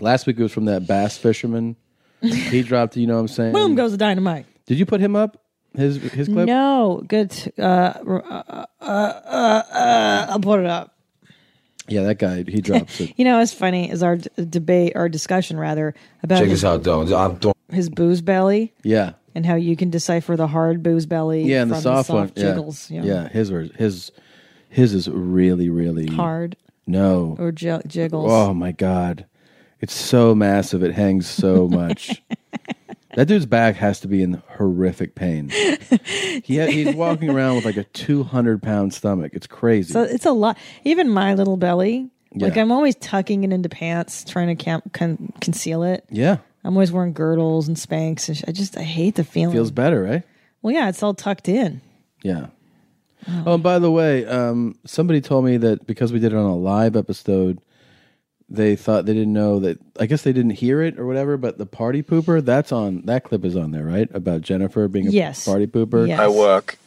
Speaker 1: last week. It was from that bass fisherman.
Speaker 3: (laughs)
Speaker 1: he dropped. You know what I'm saying.
Speaker 3: Boom goes the dynamite.
Speaker 1: Did you put him up? His his clip.
Speaker 3: No, good. Uh, uh, uh, uh, uh, I'll put it up.
Speaker 1: Yeah, that guy. He
Speaker 3: (laughs)
Speaker 1: drops it.
Speaker 3: You know, it's funny is our d- debate, our discussion rather about
Speaker 21: Check
Speaker 3: his,
Speaker 21: this out, though. I'm throwing.
Speaker 3: his booze belly
Speaker 1: Yeah.
Speaker 3: and how you can decipher the hard booze belly.
Speaker 1: Yeah, and the
Speaker 3: from
Speaker 1: soft, one. Yeah.
Speaker 3: jiggles.
Speaker 1: Yeah. his were his his is really really
Speaker 3: hard
Speaker 1: No.
Speaker 3: or j- jiggles.
Speaker 1: Oh my god, it's so massive. It hangs so
Speaker 3: (laughs)
Speaker 1: much. that dude's back has to be in
Speaker 3: (laughs)
Speaker 1: horrific pain. He ha- he's walking around with like a two hundred pound stomach. It's crazy.
Speaker 3: So it's a lot. Even my little belly, like
Speaker 1: Yeah.
Speaker 3: I'm always tucking it into pants, trying to cam- con- conceal it.
Speaker 1: yeah,
Speaker 3: I'm always wearing girdles and spanks, and sh- I just I hate the feeling.
Speaker 1: feels better, right?
Speaker 3: well, yeah, it's all tucked in.
Speaker 1: Yeah. Oh, and by the way, um, somebody told me that because we did it on a live episode, they thought they didn't know that. I guess they didn't hear it or whatever. But the party pooper, that's on that clip is on there, right? About Jennifer being a
Speaker 3: Yes.
Speaker 1: party pooper.
Speaker 3: Yes. I work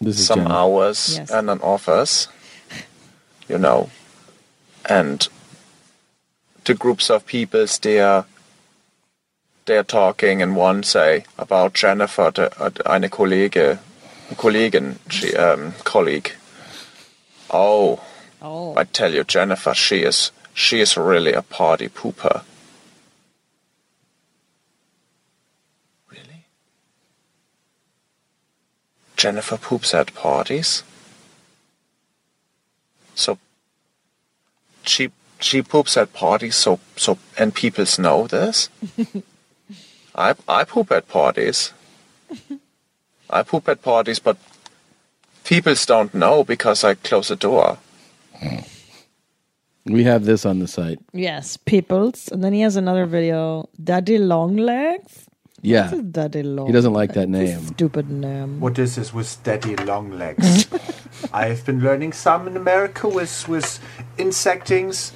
Speaker 1: This is
Speaker 20: some
Speaker 1: Jennifer.
Speaker 20: hours
Speaker 3: Yes.
Speaker 20: and an office, you know, and the groups of people they're they're talking, and one say about Jennifer, the, uh, eine Kollege, Kollegin, she, um, colleague. Oh,
Speaker 3: oh,
Speaker 20: I tell you, Jennifer, she is she is really a party pooper. Really? Jennifer poops at parties. So she she poops at parties so so and people know this? I I poop at parties. I poop at parties but people don't know because I close the door.
Speaker 1: We have this on the site.
Speaker 3: Yes, peoples. And then he has another video, Daddy Long Legs.
Speaker 1: Yeah.
Speaker 3: This is Daddy Long.
Speaker 1: He doesn't like that
Speaker 3: Legs. It's a
Speaker 1: name.
Speaker 3: Stupid name.
Speaker 22: What is this with steady long (laughs) legs? I've been learning some in America with with insectings,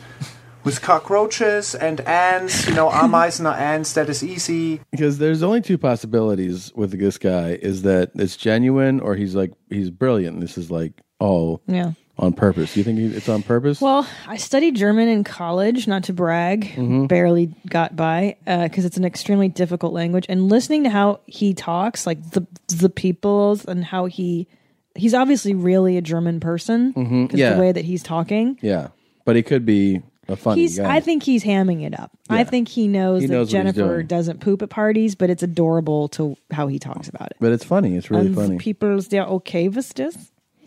Speaker 22: with cockroaches and ants. You know,
Speaker 6: (laughs)
Speaker 22: ameisen are ants. That is easy.
Speaker 1: Because there's only two possibilities with this guy: is that it's genuine, or he's like he's brilliant. This is like oh
Speaker 3: Yeah.
Speaker 1: on purpose. You think he- it's on purpose?
Speaker 3: Well, I studied German in college, not to brag,
Speaker 1: Mhm.
Speaker 3: barely got by because it's an extremely difficult language. And listening to how he talks, like the the peoples and how he he's obviously really a German person
Speaker 1: Mhm, yeah.
Speaker 3: the way that he's talking.
Speaker 1: yeah, but he could be a funny
Speaker 3: he's
Speaker 1: guy.
Speaker 3: I think he's hamming it up. I
Speaker 1: Yeah.
Speaker 3: think he knows
Speaker 1: He
Speaker 3: that
Speaker 1: knows what he's
Speaker 3: Jennifer
Speaker 1: doing.
Speaker 3: doesn't poop at parties, but it's adorable to how he talks about it.
Speaker 1: but it's funny. It's really
Speaker 3: and
Speaker 1: funny.
Speaker 3: The peoples they're okay with this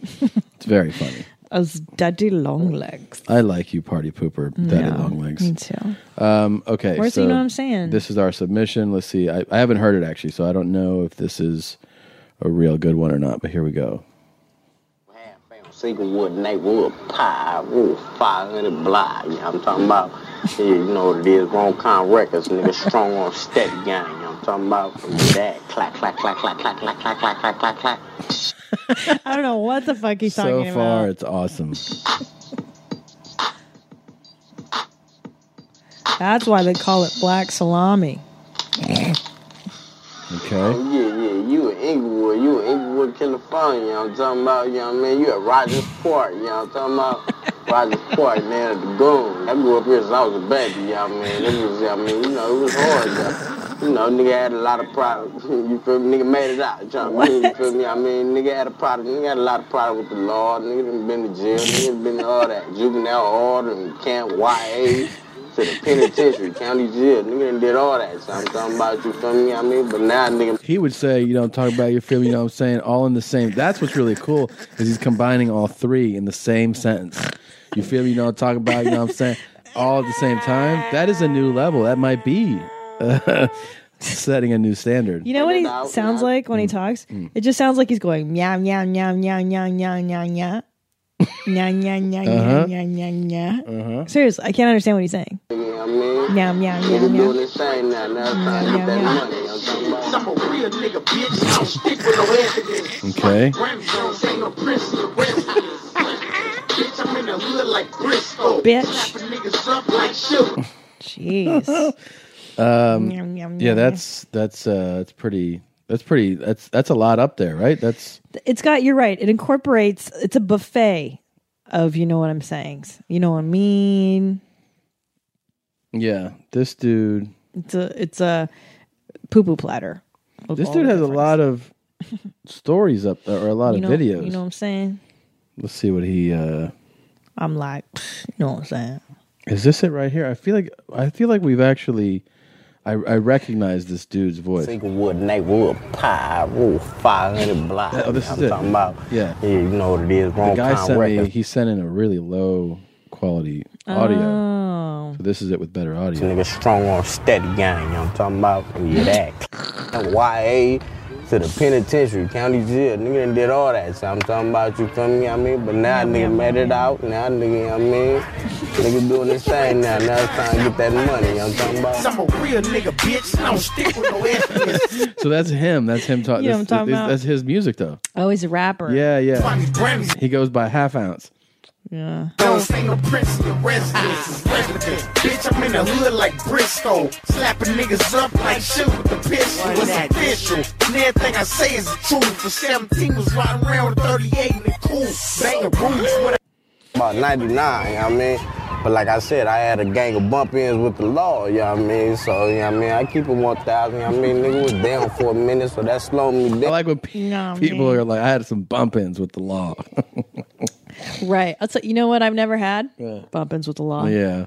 Speaker 1: It's very funny.
Speaker 3: as daddy long legs.
Speaker 1: I like you, party pooper, daddy
Speaker 3: Yeah,
Speaker 1: long legs.
Speaker 3: me too.
Speaker 1: Um, okay,
Speaker 3: Where's-
Speaker 1: so
Speaker 3: you know what I'm saying?
Speaker 1: This is our submission. Let's see. I, I haven't heard it actually, so I don't know if this is a real good one or not. But here we go.
Speaker 6: Siegelwood, Nightwood, Pie, Wolf, 500 Block. You know what I'm talking about? Yeah, you know what it is. Wrong Con Records, nigga. Strong on steady gang. You know what I'm talking about? From that. Clack, clack, clack, clack, clack, clack, clack, clack, clack, clack, clack.
Speaker 3: I don't know what the fuck he's
Speaker 1: so
Speaker 3: talking about.
Speaker 1: far, it's awesome.
Speaker 3: That's why they call it black salami.
Speaker 1: Okay.
Speaker 6: Yeah, yeah. You in Inglewood. You in Inglewood, California. You know what I'm talking about? You know what I mean? You at Rogers Park. You know what I'm talking about? Rogers Park, man, at the goon. I grew up here since I was a baby. You know what I mean? It was, I mean, you know, it was hard. You know? You know, nigga had a lot of problems. (laughs) You feel me? Nigga made it out. You know what I mean? You feel me? I mean, nigga had a problem. Nigga had a lot of problem with the law. Nigga done been to jail. Nigga done been to all that. Juvenile order and camp YA to the penitentiary, county jail. Nigga done did all that. So I'm talking about you feel me? I mean, but now nigga
Speaker 1: He would say, you know, talk about your feeling, you know what I'm saying? All in the same. That's what's really cool is he's combining all three in the same sentence. You feel me, you know, talk about, you know what I'm saying? All at the same time. That is a new level. That might be (laughs) uh, setting a new standard.
Speaker 3: You know what he sounds like when he
Speaker 1: Mm.
Speaker 3: talks? It just sounds like he's going meow meow meow meow meow meow meow meow. Nya nya nya
Speaker 6: Uh-huh.
Speaker 3: nya nya nya
Speaker 1: nya.
Speaker 3: Seriously, I can't understand what he's saying.
Speaker 6: Yeah, I mean,
Speaker 3: Meow, meow,
Speaker 6: nigga
Speaker 3: meow, meow.
Speaker 6: doing this thing now. Now it's time to get that money. You know what I'm talking about?
Speaker 7: I'm a real nigga, bitch. I don't stick with no ass
Speaker 1: Okay.
Speaker 7: Gramstones ain't no prince of the rest. Bitch, I'm in the hood like Briscoe.
Speaker 3: Bitch.
Speaker 7: Slapping niggas up like sugar.
Speaker 3: Jeez.
Speaker 1: Um, yeah, that's that's uh, that's pretty. That's pretty. That's that's a lot up there, right? That's
Speaker 3: It's got, you're right. It incorporates, it's a buffet of, you know what I'm saying. You know what I mean?
Speaker 1: yeah. This dude.
Speaker 3: It's a, it's a poo poo platter. of
Speaker 1: This
Speaker 3: all
Speaker 1: dude
Speaker 3: the
Speaker 1: has a
Speaker 3: different-
Speaker 1: lot of stories up there, or a lot
Speaker 3: you know,
Speaker 1: of videos.
Speaker 3: You know what I'm saying?
Speaker 1: Let's see what he. uh
Speaker 3: I'm like, you know what I'm saying?
Speaker 1: Is this it right here? I feel like I feel like we've actually. I, I recognize this dude's voice.
Speaker 6: Singlewood neighborhood pie roof 500 block.
Speaker 1: Oh, this is
Speaker 6: I'm
Speaker 1: it.
Speaker 6: talking about.
Speaker 1: Yeah.
Speaker 6: you know what it is.
Speaker 1: The
Speaker 6: Wrong
Speaker 1: guy
Speaker 6: kind
Speaker 1: sent me.
Speaker 6: records.
Speaker 1: He sent in a really low quality audio.
Speaker 3: Oh.
Speaker 1: So this is it with better audio.
Speaker 6: Nigga strong on steady gang. You know what I'm talking about? Yeah, that. YA to the penitentiary, county jail. Nigga done did all that. So I'm talking about you feel me? I mean, but now nigga made it out. Now nigga, I mean, nigga doing this thing now. Now it's time to get that money. You know what I'm talking about?
Speaker 7: I'm a real nigga, bitch. I don't stick with no ass.
Speaker 1: so that's him. That's
Speaker 3: (laughs)
Speaker 1: him talking.
Speaker 3: You know what I'm talking about?
Speaker 1: That's his music, though.
Speaker 3: Oh, he's a rapper.
Speaker 1: Yeah, yeah. He goes by half ounce.
Speaker 3: Yeah.
Speaker 7: Don't sing no prince in your residence. is resident. Bitch, I'm in the hood like Bristol. Slapping niggas up like shit with the pistol. It's official. And everything I say is the truth. For 17 was riding around with 38 in the cool. Banging rules with a
Speaker 6: about 99, you know what I mean? But like I said, I had a gang of bump ins with the law, you know what I mean? So, you know what I mean? I keep it 1,000, you know what I mean? Nigga was down for a minute, so that slowed me down. I
Speaker 1: like when
Speaker 3: No,
Speaker 1: People
Speaker 3: man.
Speaker 1: are like, I had some bump ins with the law. (laughs)
Speaker 3: Right. I'll tell you know what I've never had?
Speaker 1: Yeah.
Speaker 3: Bumpins with the law.
Speaker 1: yeah.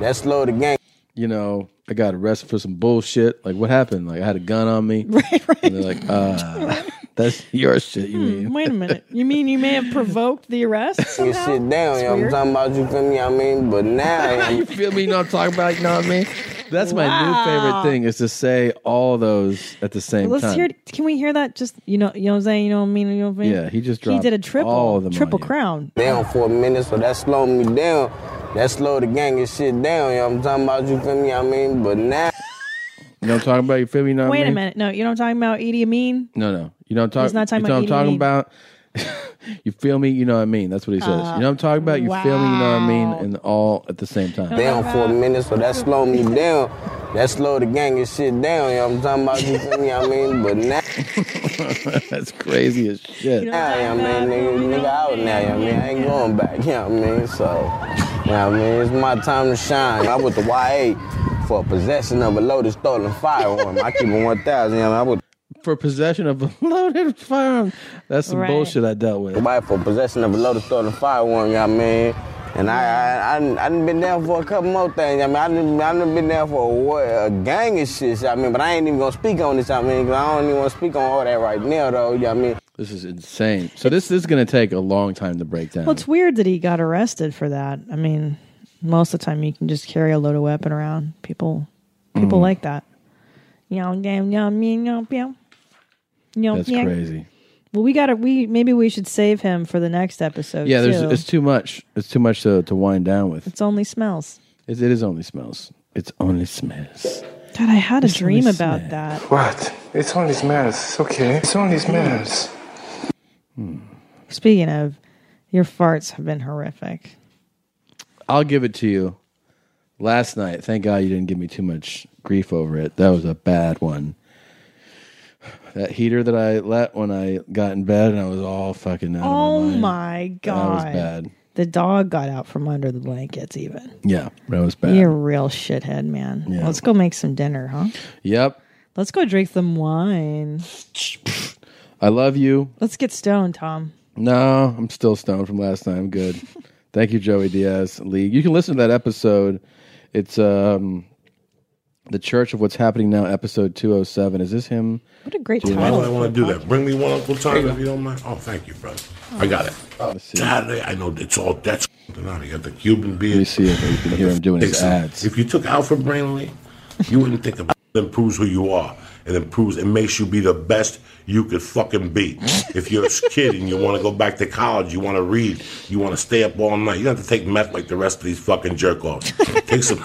Speaker 6: That slowed the gang.
Speaker 1: You know, I got arrested for some bullshit. Like, what happened? Like, I had a gun
Speaker 3: (laughs)
Speaker 1: on me. Right, right. And they're like, uh, that's your shit, you mean?
Speaker 3: Wait a minute. You mean you may have provoked the arrest?
Speaker 6: You
Speaker 3: somehow?
Speaker 6: sit down, you know what I'm
Speaker 3: weird.
Speaker 6: talking about? You feel me? I mean, but now,
Speaker 1: you feel me? You know what I'm talking about? You know what I mean? That's my
Speaker 3: Wow.
Speaker 1: new favorite thing is to say all those at the same
Speaker 3: Let's
Speaker 1: time.
Speaker 3: hear. Can we hear that? Just you know, you know what I'm saying. You know what I mean. You know what I mean?
Speaker 1: Yeah, he just
Speaker 3: he
Speaker 1: dropped
Speaker 3: did a triple,
Speaker 1: all of them on
Speaker 3: triple
Speaker 1: you.
Speaker 3: crown.
Speaker 6: down for a minute, so that slowed me down. That slowed the gang and shit down, you know what I'm talking about? You feel me? I mean, but now.
Speaker 1: You know what I'm talking about? You feel me? You know what I
Speaker 3: Wait a
Speaker 1: mean?
Speaker 3: minute. No, you know what I'm talking about. Idi Amin.
Speaker 1: No, no. You know what I'm talking
Speaker 3: He's not talking
Speaker 1: you know
Speaker 3: about
Speaker 1: what I'm talking
Speaker 3: eating
Speaker 1: about? (laughs) you feel me? You know what I mean? That's what he says.
Speaker 6: Uh,
Speaker 1: you know what I'm talking about? You feel me? You know what I mean? And all at the same time.
Speaker 6: down for a minute, so that slowed me down. That slowed the gang and shit down, you know what I'm talking about? You feel me? I mean, but now.
Speaker 1: (laughs) That's crazy as shit.
Speaker 6: Now, you know what I mean? Nigga, nigga out now, you know what I mean? I ain't going back, you know what I mean? So, you know what I mean? It's my time to shine. I was the YA for possession of a loaded stolen firearm. I keep it 1,000, you know I was
Speaker 1: For possession of a (laughs) loaded firearm. That's some
Speaker 6: Right.
Speaker 1: bullshit I dealt with.
Speaker 6: Somebody for possession of a loaded stolen firearm, you know what I mean? And I, I, I, done- I done been down for a couple more things. I mean, I done, I done been down for a, wa- a gang of shit, you know what I mean? But I ain't even gonna speak on this, I mean, 'cause I don't even wanna speak on all that right now, though, you know what I mean?
Speaker 1: This is insane. So this, this is going to take a long time to break down.
Speaker 3: Well, it's weird that he got arrested for that. I mean, most of the time you can just carry a loaded weapon around. People, people
Speaker 1: Mm.
Speaker 3: like that. Yum yum yum yum yum yum. Yum,
Speaker 1: That's
Speaker 3: yum.
Speaker 1: crazy.
Speaker 3: Well, we gotta. We maybe we should save him for the next episode.
Speaker 1: yeah, there's
Speaker 3: too.
Speaker 1: it's too much. It's too much to, to wind down with.
Speaker 3: It's only smells.
Speaker 1: It, it is only smells. It's only smells.
Speaker 3: God, I had a
Speaker 1: It's only
Speaker 3: dream about
Speaker 1: smells.
Speaker 3: that.
Speaker 23: What? It's only smells. It's okay. It's only smells.
Speaker 3: Speaking of, your farts have been horrific.
Speaker 1: I'll give it to you. Last night, thank God you didn't give me too much grief over it. That was a bad one. That heater that I let when I got in bed and I was all fucking out. of
Speaker 3: Oh
Speaker 1: my, mind.
Speaker 3: my
Speaker 1: That
Speaker 3: god.
Speaker 1: was bad.
Speaker 3: The dog got out from under the blankets even.
Speaker 1: Yeah, that was bad.
Speaker 3: You're a real shithead, man.
Speaker 1: Yeah.
Speaker 3: Let's go make some dinner, huh?
Speaker 1: Yep.
Speaker 3: Let's go drink some wine.
Speaker 1: I love you.
Speaker 3: Let's get stoned, Tom.
Speaker 1: No, I'm still stoned from last time. Good. Thank you, Joey Diaz League. You can listen to that episode. It's um the Church of What's Happening Now, episode 207. Is this him?
Speaker 3: What a great
Speaker 1: Doing
Speaker 24: Why
Speaker 3: title.
Speaker 24: would I want to do that? Bring me one Uncle
Speaker 1: There
Speaker 24: Tom
Speaker 1: you
Speaker 24: if you don't mind. Oh, thank you, brother. I got it.
Speaker 1: see.
Speaker 24: Saturday, I know it's all that's out. You got the Cuban beard. Let me
Speaker 1: see if you can hear him doing his
Speaker 24: ads. If you took Alfred Brainley, you wouldn't think about it. It proves who you are. It improves. It makes you be the best you could fucking be. If you're a kid and you want to go back to college, you want to read, you want to stay up all night. You don't have to take meth like the rest of these fucking jerk offs. Take some.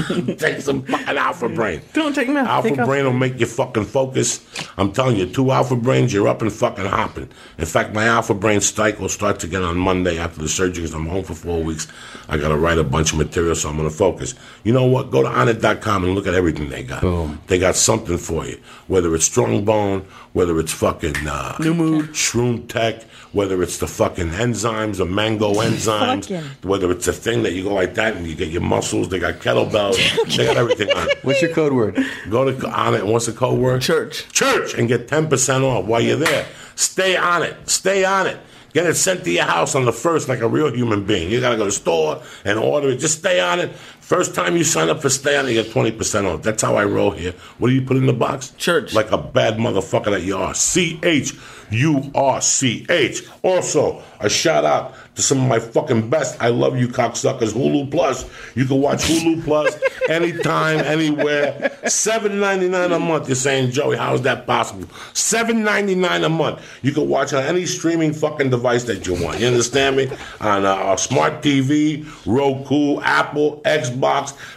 Speaker 24: (laughs) take some fucking alpha brain.
Speaker 4: Don't take them out.
Speaker 24: Alpha
Speaker 4: Take off.
Speaker 24: brain will make you fucking focus. I'm telling you, two alpha brains, you're up and fucking hopping. In fact, my alpha brain strike will start again on Monday after the surgery 'cause I'm home for four weeks. I got to write a bunch of material, so I'm going to focus. You know what? Go to Onnit.com and look at everything they got.
Speaker 25: Boom.
Speaker 24: They got something for you. Whether it's strong bone, whether it's fucking uh,
Speaker 4: New mood.
Speaker 24: shroom tech, whether it's the fucking enzymes, the mango enzymes,
Speaker 4: (laughs) Fucking.
Speaker 24: whether it's a thing that you go like that and you get your muscles, they got
Speaker 4: (laughs)
Speaker 24: kettlebells, they got everything on it.
Speaker 25: What's your code word?
Speaker 24: Go to on it. What's the code word?
Speaker 4: Church.
Speaker 24: Church and get 10% off while you're there. Stay on it. Stay on it. Get it sent to your house on the first like a real human being. You got to go to the store and order it. Just stay on it. First time you sign up for Stay On It, you get 20% off. That's how I roll here. What do you put in the box?
Speaker 4: Church.
Speaker 24: Like a bad motherfucker that you are. C H U R C H. Also, a shout out to some of my fucking best I Love You cocksuckers. Hulu Plus. You can watch Hulu Plus anytime, anywhere. Seven ninety nine a month. You're saying, Joey, how is that possible? Seven ninety nine a month. You can watch on any streaming fucking device that you want. You understand me? On uh, our smart TV, Roku, Apple, Xbox,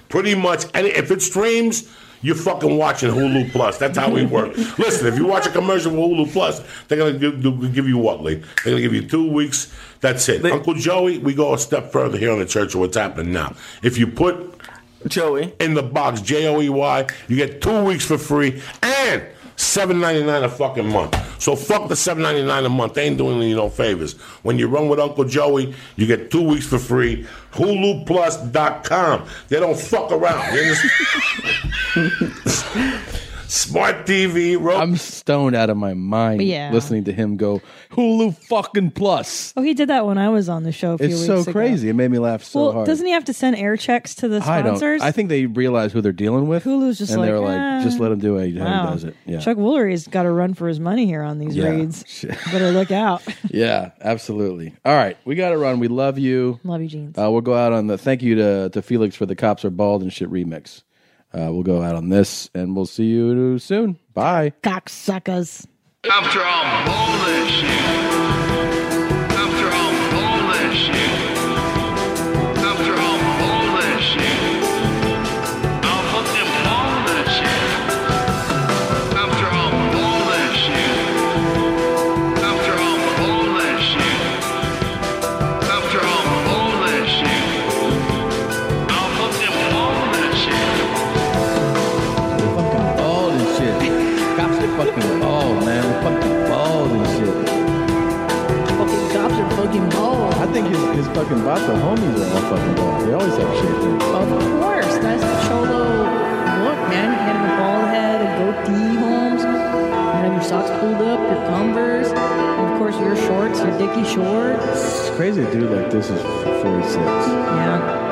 Speaker 24: pretty much any. If it streams. You're fucking watching Hulu Plus. That's how we work. Listen, if you watch a commercial with Hulu Plus, they're gonna give, do- give you what, Lee? They're gonna give you two weeks. That's it. Uncle Joey, we go a step further here on the church of what's happening now. If you put
Speaker 4: Joey.
Speaker 24: in the box, J O E Y, you get two weeks for free and seven ninety nine a fucking month. So fuck the seven ninety nine a month. They ain't doing you no favors. When you run with Uncle Joey, you get two weeks for free. HuluPlus.com. They don't fuck around. You understand? Smart TV, rope.
Speaker 1: I'm stoned out of my mind
Speaker 3: Yeah.
Speaker 1: listening to him go Hulu fucking plus.
Speaker 3: Oh, he did that when I was on the show. A few
Speaker 1: It's
Speaker 3: weeks
Speaker 1: so
Speaker 3: ago.
Speaker 1: crazy. It made me laugh so
Speaker 3: well,
Speaker 1: hard.
Speaker 3: doesn't he have to send air checks to the
Speaker 1: I don't.
Speaker 3: sponsors?
Speaker 1: I think they realize who they're dealing with.
Speaker 3: Hulu's just
Speaker 1: and
Speaker 3: like,
Speaker 1: they're like,
Speaker 3: "Ah,
Speaker 1: just let him do it. How
Speaker 3: wow.
Speaker 1: he does it. Yeah.
Speaker 3: Chuck Woolery's got to run for his money here on these
Speaker 1: Yeah. (laughs)
Speaker 3: reads.
Speaker 1: Shit.
Speaker 3: Better look out.
Speaker 1: yeah, absolutely. All right, we got to run. We love you.
Speaker 3: Love you, jeans.
Speaker 1: Uh, we'll go out on the thank you to, to Felix for the Cops Are Bald and Shit remix. Uh, we'll go out on this and we'll see you soon. Bye.
Speaker 3: Cocksuckers.
Speaker 7: After all that shit. After all that shit. After all that shit. I'll put them all that shit. After all that shit. After all that shit. After all that shit. I'll put them all that shit.
Speaker 1: Fucking bald and shit. Cops are fucking bald, man. They're fucking bald and shit.
Speaker 3: Fucking cops are fucking bald.
Speaker 1: I think his, his fucking botcha homies are all fucking bald. They always have shit.
Speaker 3: Of course, that's the cholo look, man. You gotta have a bald head, a goatee, Holmes. You gotta have your socks pulled up, your Converse, and of course your shorts, your Dickie shorts.
Speaker 1: It's crazy a dude like this is 46.
Speaker 3: Yeah.